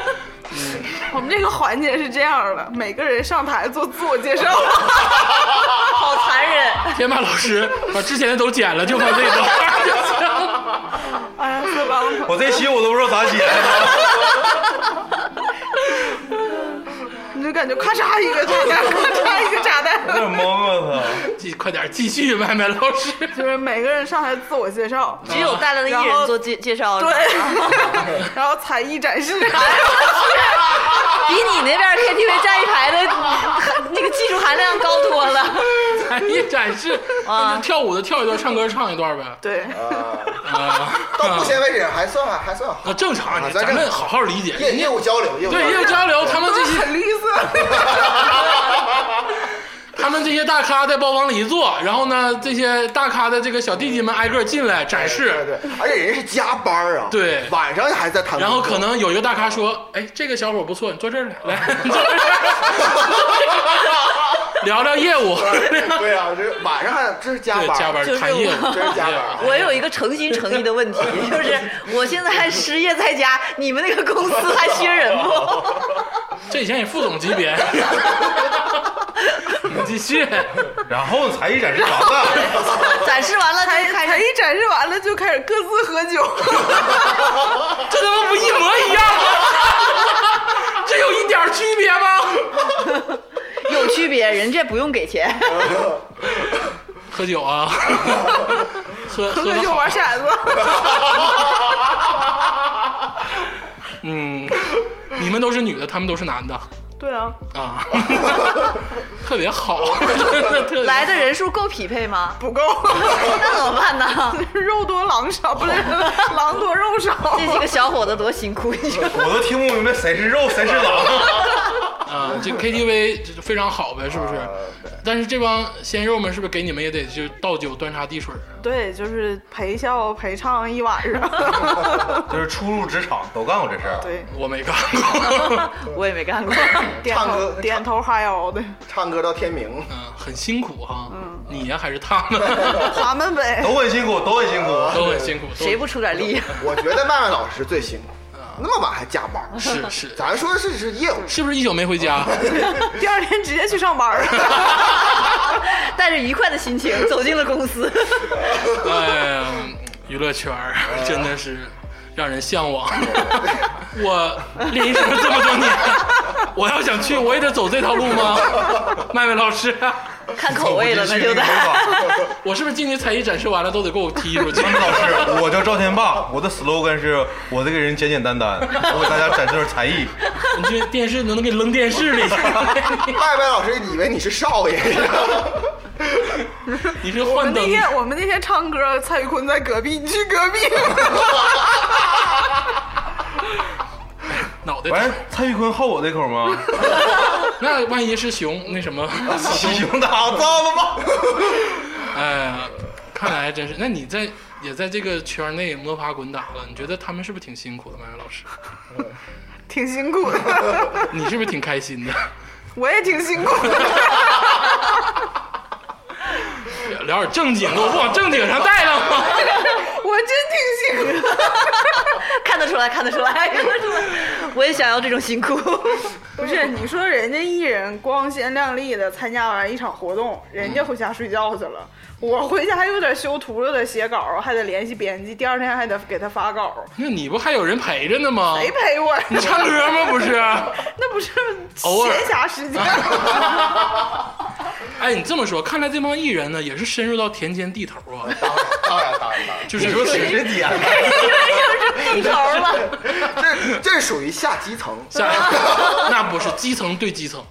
Speaker 4: 我们这个环节是这样的，每个人上台做自我介绍，
Speaker 3: 好残
Speaker 4: 啊
Speaker 3: 忍，
Speaker 2: 天霸老师把之前的都剪了，就放这一段儿就行。
Speaker 4: 哎呀，四八五
Speaker 6: 我这期我都不知道咋写的，
Speaker 4: 你就感觉咔嚓一个炸弹，咔嚓一个炸
Speaker 6: 有
Speaker 4: 弹。
Speaker 6: 点懵啊！
Speaker 2: 继快点继续，麦麦老师。 [laughs]
Speaker 4: 就是每个人上台自我介绍，
Speaker 3: 只有带来的艺
Speaker 4: 然
Speaker 3: 人
Speaker 4: 后
Speaker 3: 做介介绍，
Speaker 4: 对，然后才艺展示，
Speaker 3: 比你那边 KTV 站一
Speaker 4: [laughs]
Speaker 3: 排的那个技术含量高多了。
Speaker 2: 才艺展示，那
Speaker 3: 啊
Speaker 2: 就跳舞的跳一段，唱歌唱一段呗。
Speaker 4: 对，
Speaker 5: 啊到目前为止还算还算好，
Speaker 2: 啊，正常，
Speaker 5: 啊
Speaker 2: 你
Speaker 5: 咱
Speaker 2: 咱们
Speaker 5: 正常
Speaker 2: 好好理解。
Speaker 5: 业业务交流，业务交
Speaker 2: 对，业务
Speaker 5: 流，
Speaker 2: 交流，他们这些
Speaker 4: 很绿色。
Speaker 2: 他们这些大咖在包房里一坐，然后呢，这些大咖的这个小弟弟们挨个进来展
Speaker 5: 对
Speaker 2: 示，
Speaker 5: 对，而且人家是加班儿啊，
Speaker 2: 对
Speaker 5: 晚上还在谈工作，
Speaker 2: 然后可能有一个大咖说：“哎，这个小伙不错，你坐这儿来，来，你坐这儿聊聊业务，
Speaker 5: [laughs] 对啊，这晚上还这是加
Speaker 2: 对
Speaker 5: 班，
Speaker 2: 加班
Speaker 3: 就是
Speaker 2: 谈业
Speaker 3: 我
Speaker 2: 务，
Speaker 5: 真是加班啊
Speaker 3: 我有一个诚心诚意的问题，就是我现在失业在家，你们那个公司还缺人不？ [laughs]
Speaker 2: 这以前也副总级别。” [laughs] 你继续，
Speaker 6: 然后才艺展示啥的，
Speaker 3: 展示完了
Speaker 4: 才
Speaker 3: 就开
Speaker 4: 才
Speaker 3: 始
Speaker 4: 艺展示完了就开始各自喝酒，
Speaker 2: 这他妈不一模一样吗？这有一点儿区别吗？
Speaker 3: [laughs] 有区别，人家不用给钱，
Speaker 2: 喝酒啊，喝喝
Speaker 4: 喝
Speaker 2: 得
Speaker 4: 酒
Speaker 2: 好，
Speaker 4: 玩骰子，
Speaker 2: 嗯，你们都是女的，他们都是男的
Speaker 4: 对啊，
Speaker 2: 啊， [laughs] 特别好， [laughs] 真的特别
Speaker 3: 来的人数够匹配吗？ [laughs]
Speaker 4: 不够， [laughs]
Speaker 3: 那怎么办呢？ [laughs]
Speaker 4: 肉多狼少，不是狼多肉少
Speaker 3: 这。几个小伙子多辛苦，你说
Speaker 6: 我都听不明白谁是肉谁是狼。
Speaker 2: 啊，这 KTV 就非常好呗，是不是？但是这帮鲜肉们是不是给你们也得就倒酒端茶递水儿？
Speaker 4: 对，就是陪笑陪唱一晚
Speaker 5: [laughs]
Speaker 4: 上，
Speaker 6: 就是初入职场都干过这事儿，
Speaker 4: 对，
Speaker 2: 我没干过，
Speaker 3: [laughs] 我也没干过。
Speaker 4: 点
Speaker 5: 唱
Speaker 4: 头
Speaker 5: 歌
Speaker 4: 点头哈
Speaker 5: [laughs]
Speaker 4: 腰的，
Speaker 5: 唱歌到天明，
Speaker 2: 嗯，很辛苦哈。
Speaker 3: 嗯
Speaker 2: 你呀还是他
Speaker 3: [laughs]
Speaker 2: 们
Speaker 4: 他们呗。
Speaker 6: 都很辛苦，都很辛苦。
Speaker 2: 都很辛苦，
Speaker 3: 谁不出点力？啊
Speaker 5: 我觉得曼曼老师最辛苦，那么晚还加班儿
Speaker 2: 都，
Speaker 3: [laughs]
Speaker 2: 是是？
Speaker 5: 咱说的是是业务，
Speaker 2: 是不是一宿没回家？
Speaker 5: [laughs]
Speaker 4: 第二天直接去上班了。
Speaker 3: [laughs] 带着愉快的心情走进了公司。
Speaker 2: 哎呀，娱乐圈儿真的是让人向往。我练习生这么多年，我要想去，我也得走这条路吗？ [laughs] 麦麦老师，
Speaker 3: 看口味了，那就得。
Speaker 2: 我是不是今年才艺展示完了都得给我踢出去？
Speaker 6: 张老师，我叫赵天霸，我的 slogan 是我这个人简简单单，我给大家展示点才艺。
Speaker 2: [laughs] 你这电视能不能给扔电视里？
Speaker 5: 麦麦老师以为你是少爷，
Speaker 2: [laughs] 你是
Speaker 4: 我
Speaker 2: 幻
Speaker 4: 们那
Speaker 2: 灯
Speaker 4: 天我们那天唱歌，蔡徐坤在隔壁，你去隔壁。
Speaker 5: [laughs]
Speaker 2: 脑袋
Speaker 6: 完
Speaker 2: 疼？
Speaker 6: 了，蔡徐坤好我这口吗？
Speaker 2: 那万一是熊那什 [laughs] 么？
Speaker 6: 熊打造了吗？
Speaker 2: 哎呀，看来真是。那你在也在这个圈内摸爬滚打了，你觉得他们是不是挺辛苦的？麦麦老 [laughs] 师，
Speaker 4: 挺辛苦的，
Speaker 5: [laughs]
Speaker 2: 你是不是挺开心的？
Speaker 4: 我也挺辛苦的。
Speaker 2: [laughs] 聊点正经的，我不往正经上带了吗？
Speaker 4: 我真挺辛苦的。
Speaker 3: [laughs]
Speaker 5: [laughs]
Speaker 3: 看得出来，看得出来，看得出来。我也想要这种辛苦。
Speaker 4: 不是，你说人家艺人光鲜亮丽的参加完一场活动，人家回家睡觉去了，我回家还有点修图，有点写稿，还得联系编辑，第二天还得给他发稿，
Speaker 2: [laughs] 那你不还有人陪着呢吗？
Speaker 4: 谁陪我呀？
Speaker 2: 你唱歌吗？不是？
Speaker 4: [laughs] 那不是
Speaker 2: 偶尔
Speaker 4: 闲暇时间？
Speaker 2: [laughs] 哎，你这么说，看来这帮艺人呢也是深入到田间地头啊，
Speaker 5: 当然当然当然，
Speaker 2: 就是
Speaker 6: 是点，
Speaker 3: 低头了，
Speaker 5: [laughs] 这这属于下基层，
Speaker 2: 下，
Speaker 5: [laughs]
Speaker 2: 那不是基层对基层，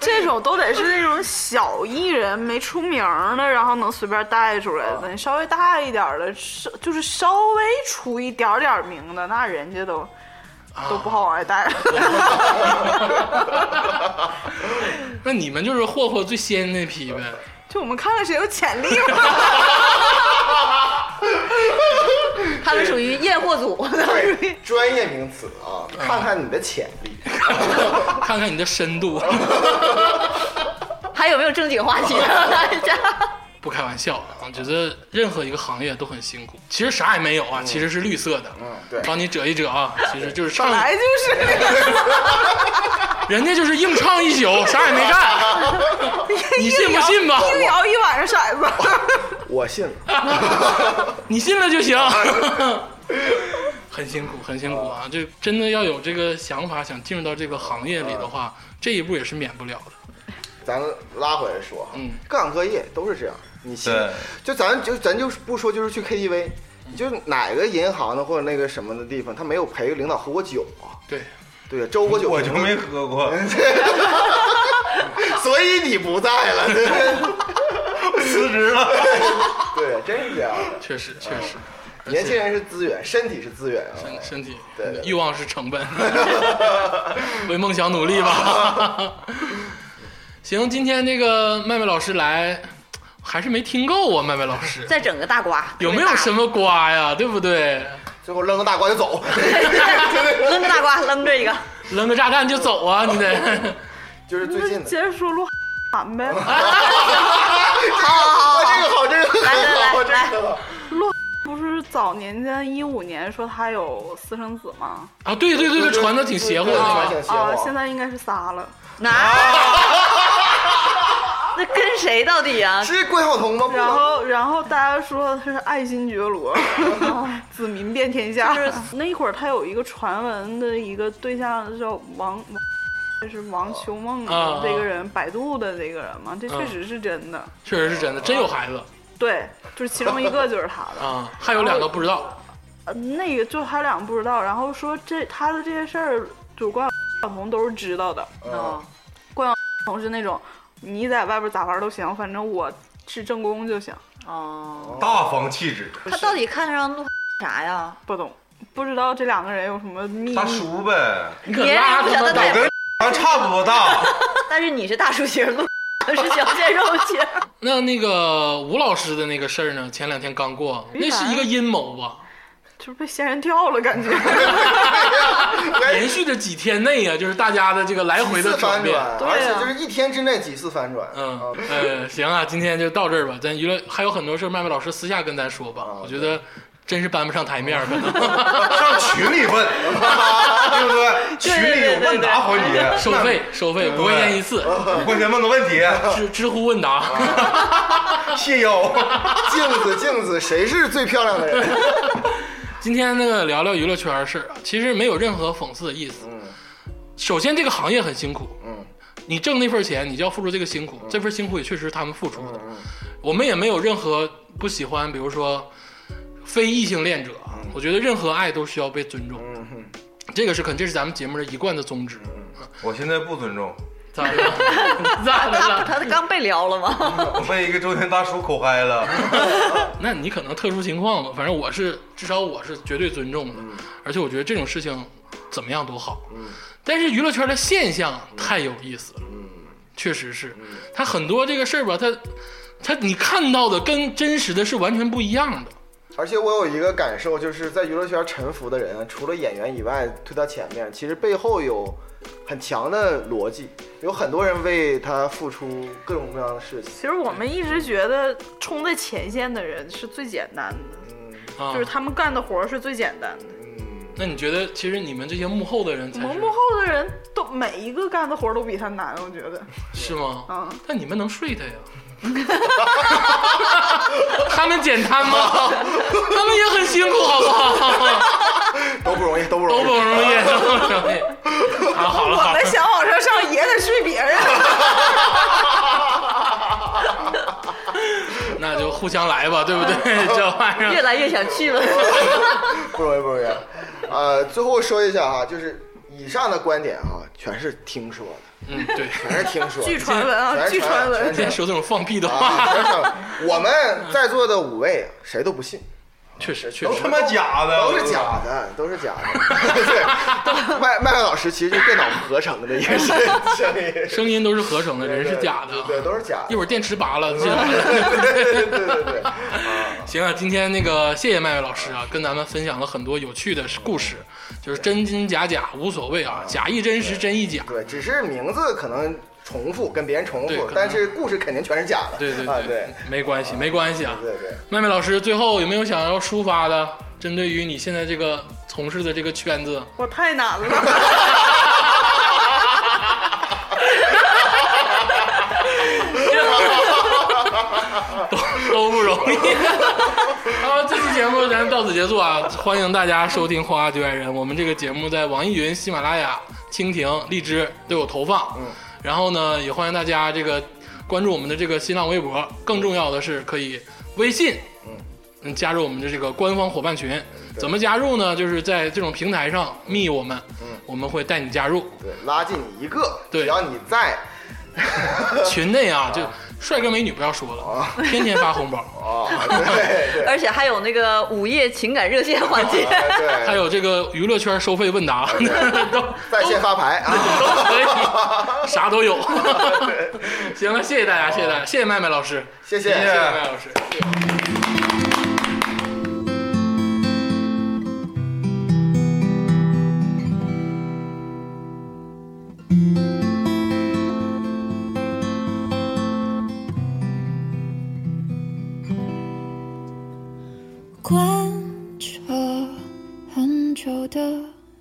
Speaker 4: 这种都得是那种小艺人没出名儿的，然后能随便带出来的。你稍微大一点儿的，稍就是稍微出一点儿点儿名的，那人家都
Speaker 2: 啊
Speaker 4: 都不好往外带了。
Speaker 2: 那你们就是霍霍最先那批呗。
Speaker 4: [laughs] 就我们看看谁有潜力嘛。
Speaker 3: 他们属于验货组。
Speaker 5: 对，专业名词啊，看看你的潜力。
Speaker 2: 看看你的深度，
Speaker 3: [laughs]
Speaker 2: [laughs]
Speaker 3: 还有没有正经话题了？ [laughs] 大家
Speaker 2: 不开玩笑啊，我觉得任何一个行业都很辛苦。其实啥也没有啊，其实是绿色的，
Speaker 5: 嗯，对，
Speaker 2: 帮你折一折啊，其实就是
Speaker 4: 本
Speaker 2: 唱，
Speaker 4: 来就是
Speaker 2: 人家就是硬唱一宿，啥也没干， [laughs]
Speaker 5: [laughs]
Speaker 2: 你信不信吧？
Speaker 4: 硬摇一晚上骰子。
Speaker 5: 我信了。
Speaker 2: 你信了就
Speaker 5: [laughs]
Speaker 2: 行。很辛苦，很辛苦啊！就真的要有这个想法，想进入到这个行业里的话，这一步也是免不了的。
Speaker 5: 咱拉回来说，
Speaker 2: 嗯，
Speaker 5: 各行各业都是这样。你信
Speaker 6: 对，
Speaker 5: 就咱就咱就不说，就是去 KTV，就是哪个银行的或者那个什么的地方，他没有陪领导喝过酒啊？
Speaker 2: 对，
Speaker 5: 对，周过酒，
Speaker 6: 我就没喝过。
Speaker 5: 所以你不在了。
Speaker 6: 辞职了。
Speaker 5: 对，真是这样的。
Speaker 2: 确实确实，而
Speaker 5: 年轻
Speaker 2: 且
Speaker 5: 人是资源，身体是资源啊。
Speaker 2: 身身体
Speaker 5: 对对对
Speaker 2: 欲望是成本， [laughs] 为梦想努力吧。 [laughs] 行，今天那个麦麦老师来，还是没听够啊，麦麦老师
Speaker 3: 再整个大瓜，
Speaker 2: 有没有什
Speaker 3: 么？
Speaker 2: 么瓜呀？对不对？
Speaker 5: 最后扔个大瓜就走。 [laughs]
Speaker 3: 扔个大瓜，扔这一个。
Speaker 2: 扔个炸弹就走啊！你得
Speaker 5: 就是最
Speaker 4: [laughs] 那
Speaker 5: 近的
Speaker 4: 接，着说鹿
Speaker 2: [laughs]
Speaker 4: 晗呗，
Speaker 5: 啊，这 [laughs] 个好，这个
Speaker 3: 来来来
Speaker 5: 好，这
Speaker 3: 来
Speaker 5: 个好。
Speaker 4: 不是早年间一五年说他有私生子吗？
Speaker 2: 啊，对对对对，传的挺邪乎的那
Speaker 5: 啊
Speaker 2: 个。
Speaker 5: 挺邪
Speaker 4: 啊，
Speaker 5: 乎
Speaker 4: 现在应该是仨了。
Speaker 3: 那、那跟谁到底啊呀、
Speaker 5: 是关晓彤吗？不
Speaker 4: 然后，然后大家说他是爱新觉 [laughs] 罗，子民遍天下。就是那一会儿，他有一个传闻的一个对象叫王，王就是王秋梦
Speaker 2: 啊
Speaker 4: 这个人，百度的这个人嘛，这确实是真的。
Speaker 2: 确实是真的，真有孩子
Speaker 4: 对，就是其中一个就是他
Speaker 2: [laughs]
Speaker 4: 的。
Speaker 2: 啊，还有两个不知
Speaker 3: 哦
Speaker 2: 道。
Speaker 4: 呃，那个就他俩不知道，然后说这他的这些事儿，主观网红都是知道的。
Speaker 3: 哦，
Speaker 4: 同是那种你在外边咋玩都行，反正我是正宫就行。
Speaker 3: 哦，
Speaker 6: 大方气质，
Speaker 3: 他到底看上鹿啥呀？
Speaker 4: 不懂，不知道这两个人有什么秘密
Speaker 6: 大。叔呗，
Speaker 2: 你可
Speaker 3: 别人
Speaker 2: 拉
Speaker 3: 不
Speaker 2: 他
Speaker 3: 晓
Speaker 2: 妈
Speaker 3: 得
Speaker 2: 倒
Speaker 3: 带
Speaker 6: 跟咱差不多大。
Speaker 3: 但是你是大叔型，鹿 [laughs] 是小鲜肉型。
Speaker 2: 那那个吴老师的那个事儿呢？前两天刚过，
Speaker 3: 嗯
Speaker 2: 那是一个阴谋吧？
Speaker 4: 就是被仙人跳了，感觉 [laughs]
Speaker 2: 连续的几天内啊，就是大家的这个来回
Speaker 5: 哎几
Speaker 2: 的
Speaker 5: 次
Speaker 2: 转
Speaker 5: 翻
Speaker 2: 变。
Speaker 5: 转，
Speaker 4: 对啊
Speaker 5: 而且就是一天之内几次翻转。
Speaker 2: 嗯
Speaker 5: 啊，
Speaker 2: 呃，行啊，今天就到这儿吧。咱娱乐还有很多事儿，麦麦老师私下跟咱说吧。
Speaker 5: 啊
Speaker 2: 我觉得真是搬不上台面儿，可能
Speaker 5: [laughs]
Speaker 6: 上群里问，对不对？群里有问答环节，
Speaker 2: [laughs] 收费收费
Speaker 6: 对
Speaker 2: 五块钱一次，
Speaker 5: 哦
Speaker 6: [laughs] 五块钱问个问题，
Speaker 2: 知知乎问答，
Speaker 6: 谢邀。
Speaker 5: 镜子镜子，谁是最漂亮的人？ [laughs]
Speaker 2: 今天那个聊聊娱乐圈的事儿啊，其实没有任何讽刺的意思。首先，这个行业很辛苦，
Speaker 5: 嗯
Speaker 2: 你挣那份钱，你就要付出这个辛苦，这份辛苦也确实他们付出的。我们也没有任何不喜欢，比如说非异性恋者啊，我觉得任何爱都需要被尊重，
Speaker 5: 嗯嗯，
Speaker 2: 这个是肯，这是咱们节目的一贯的宗旨。
Speaker 6: [laughs] 我现在不尊重，
Speaker 2: 咋的？ [laughs] 咋的
Speaker 3: 他
Speaker 2: 了？
Speaker 3: 他刚被撩了吗？ [laughs]
Speaker 6: 我被一个中年大叔口嗨了。
Speaker 2: 那你可能特殊情况吧，反正我是，至少我是绝对尊重的，而且我觉得这种事情怎么样都好。但是娱乐圈的现象太有意思了，确实是，它很多这个事儿吧，它它你看到的跟真实的是完全不一样的。
Speaker 5: 而且我有一个感受，就是在娱乐圈沉浮的人，除了演员以外，推到前面，其实背后有很强的逻辑，有很多人为他付出各种各样的事情。
Speaker 4: 其实我们一直觉得冲在前线的人是最简单的，
Speaker 2: 啊
Speaker 4: 就是他们干的活儿是最简单的。
Speaker 2: 那你觉得，其实你们这些幕后的人才
Speaker 4: 我们
Speaker 2: 是
Speaker 4: 幕后的人都每一个干的活儿都比他难，我觉得。
Speaker 2: 是吗？
Speaker 4: 嗯
Speaker 2: 但你们能睡他
Speaker 4: [laughs]
Speaker 2: 呀？他们简单吗？他们也很辛苦，好不好？
Speaker 5: 都不容易，都不
Speaker 2: 都
Speaker 5: 容
Speaker 2: 不
Speaker 5: 易。
Speaker 2: 容易，都不容
Speaker 5: [laughs]
Speaker 2: 易。好，好了，
Speaker 4: 我
Speaker 2: 好了
Speaker 4: 们，想往上上也得睡别人。 [laughs]
Speaker 2: 那就互相来吧，对不
Speaker 5: [laughs]
Speaker 2: 对？这玩意
Speaker 3: 越
Speaker 2: 儿，
Speaker 3: 来越想去了。
Speaker 5: 不容易，不容易。呃，最后说一下哈，就是以上的观点啊，全是听说的，
Speaker 2: 嗯，对。
Speaker 5: 全是听 [laughs] 说的。
Speaker 4: 据传闻啊，
Speaker 5: 全
Speaker 4: 据
Speaker 5: 是
Speaker 4: 传
Speaker 5: 全
Speaker 4: 闻
Speaker 5: 是
Speaker 2: 今天说这种放屁的话，
Speaker 5: 啊，全 [laughs] 是我们在座的五位啊谁都不信，
Speaker 2: 确实确实
Speaker 6: 他妈假的，
Speaker 5: 都是假的，都是假的。
Speaker 2: [laughs]
Speaker 5: 对，麦麦麦老师其实就是电脑合成的，也是声音，
Speaker 2: 声音都是合成的， [laughs] 人是假的。
Speaker 5: 对，都是假
Speaker 2: 一
Speaker 5: 的。
Speaker 2: 会儿电池拔了，记得
Speaker 5: 对对对对对， [laughs]
Speaker 2: 行啊，今天那个谢谢麦麦老师啊，跟咱们分享了很多有趣的故事，就是真真假假无所谓啊，假亦真实，真亦假。
Speaker 5: 对，只是名字可能重复，跟别人重
Speaker 2: 对可
Speaker 5: 复
Speaker 2: 能，
Speaker 5: 但是故事肯定全是假的。
Speaker 2: 对对
Speaker 5: 啊，
Speaker 2: 对，
Speaker 5: 对
Speaker 2: 没关系，没关系啊。
Speaker 5: 对对。
Speaker 2: 麦麦老师，最后有没有想要抒发的？针对于你现在这个从事的这个圈子，
Speaker 4: 我太难了。
Speaker 2: 都 [laughs] 都不容易。好，这期节目咱到此结束啊！欢迎大家收听《花花局外人》，我们这个节目在网易云、喜马拉雅、蜻蜓、荔枝都有投放。嗯，然后呢，也欢迎大家这个关注我们的这个新浪微博，更重要的是可以微信，嗯，加入我们的这个官方伙伴群。怎么加入呢？就是在这种平台上密我们，我们会带你加入。
Speaker 5: 对，拉近你一个，
Speaker 2: 对
Speaker 5: 只要你
Speaker 2: [laughs]
Speaker 5: 在，
Speaker 2: 群内啊，就帅哥美女不要说了，天天发红包。
Speaker 5: 哦，对对，
Speaker 3: 而且还有那个午夜情感热线环节。
Speaker 5: 哎对，
Speaker 2: 还有这个娱乐圈收费问答， [laughs] 都
Speaker 5: 在线发牌
Speaker 2: [laughs]
Speaker 5: 啊，
Speaker 2: 都可以，啥都有。行了，谢谢大家，谢谢大家，谢谢麦麦老师，
Speaker 5: 谢
Speaker 6: 谢谢
Speaker 2: 谢谢麦麦老师。
Speaker 7: 关着很久的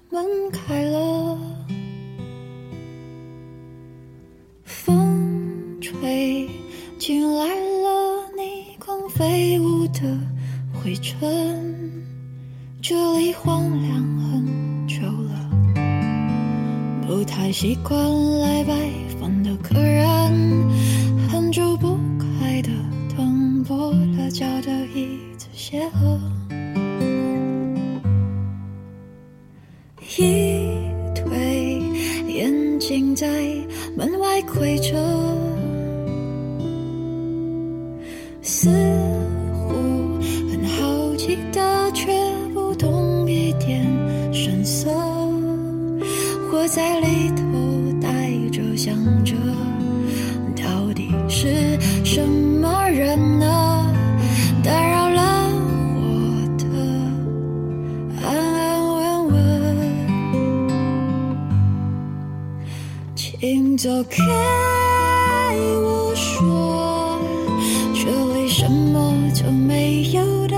Speaker 7: 门开了，风吹进来了你狂飞舞的灰尘，这里荒凉很久了，不太习惯来拜访的客人，很久不开的灯，跛了脚的椅子鞋盒，一推眼睛在门外窥着，似乎很好奇的，却不懂一点神色。活在里头，呆着想着，到底是什么人呢？打扰了我的安安稳稳，请走开，我说，这里什么都没有的。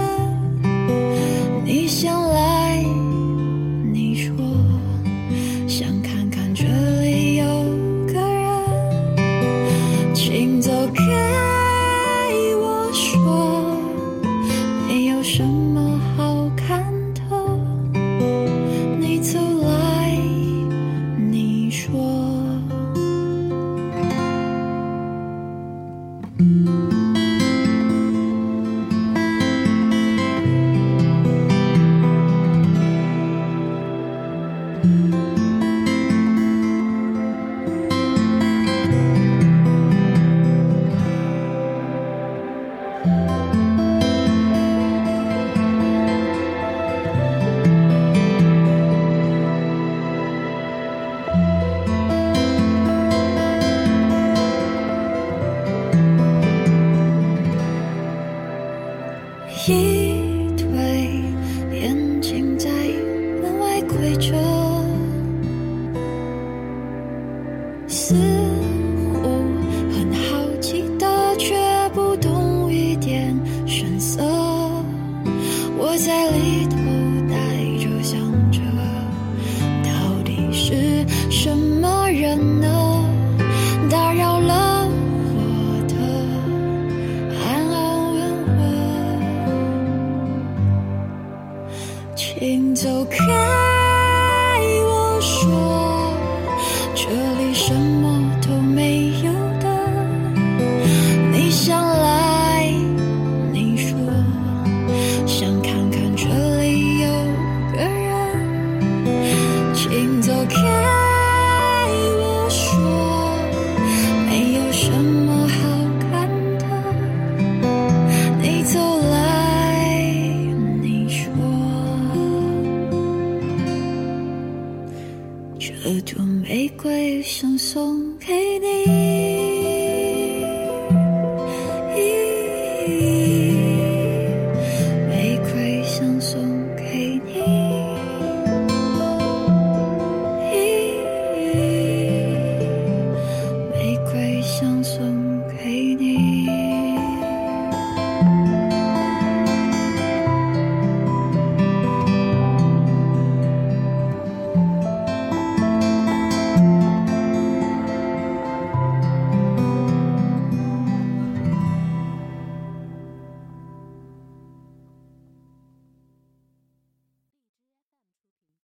Speaker 7: 一推，眼睛在门外窥着，似乎很好奇的，却不懂一点神色。我在里头呆着想着，到底是什么人呢？打扰了我的安安稳稳，请走开。我说，这里什么都没有的。你想来，你说，想看看这里有个人。请走开，我说，没有什么好看的。你走来，你说，这朵玫瑰想送。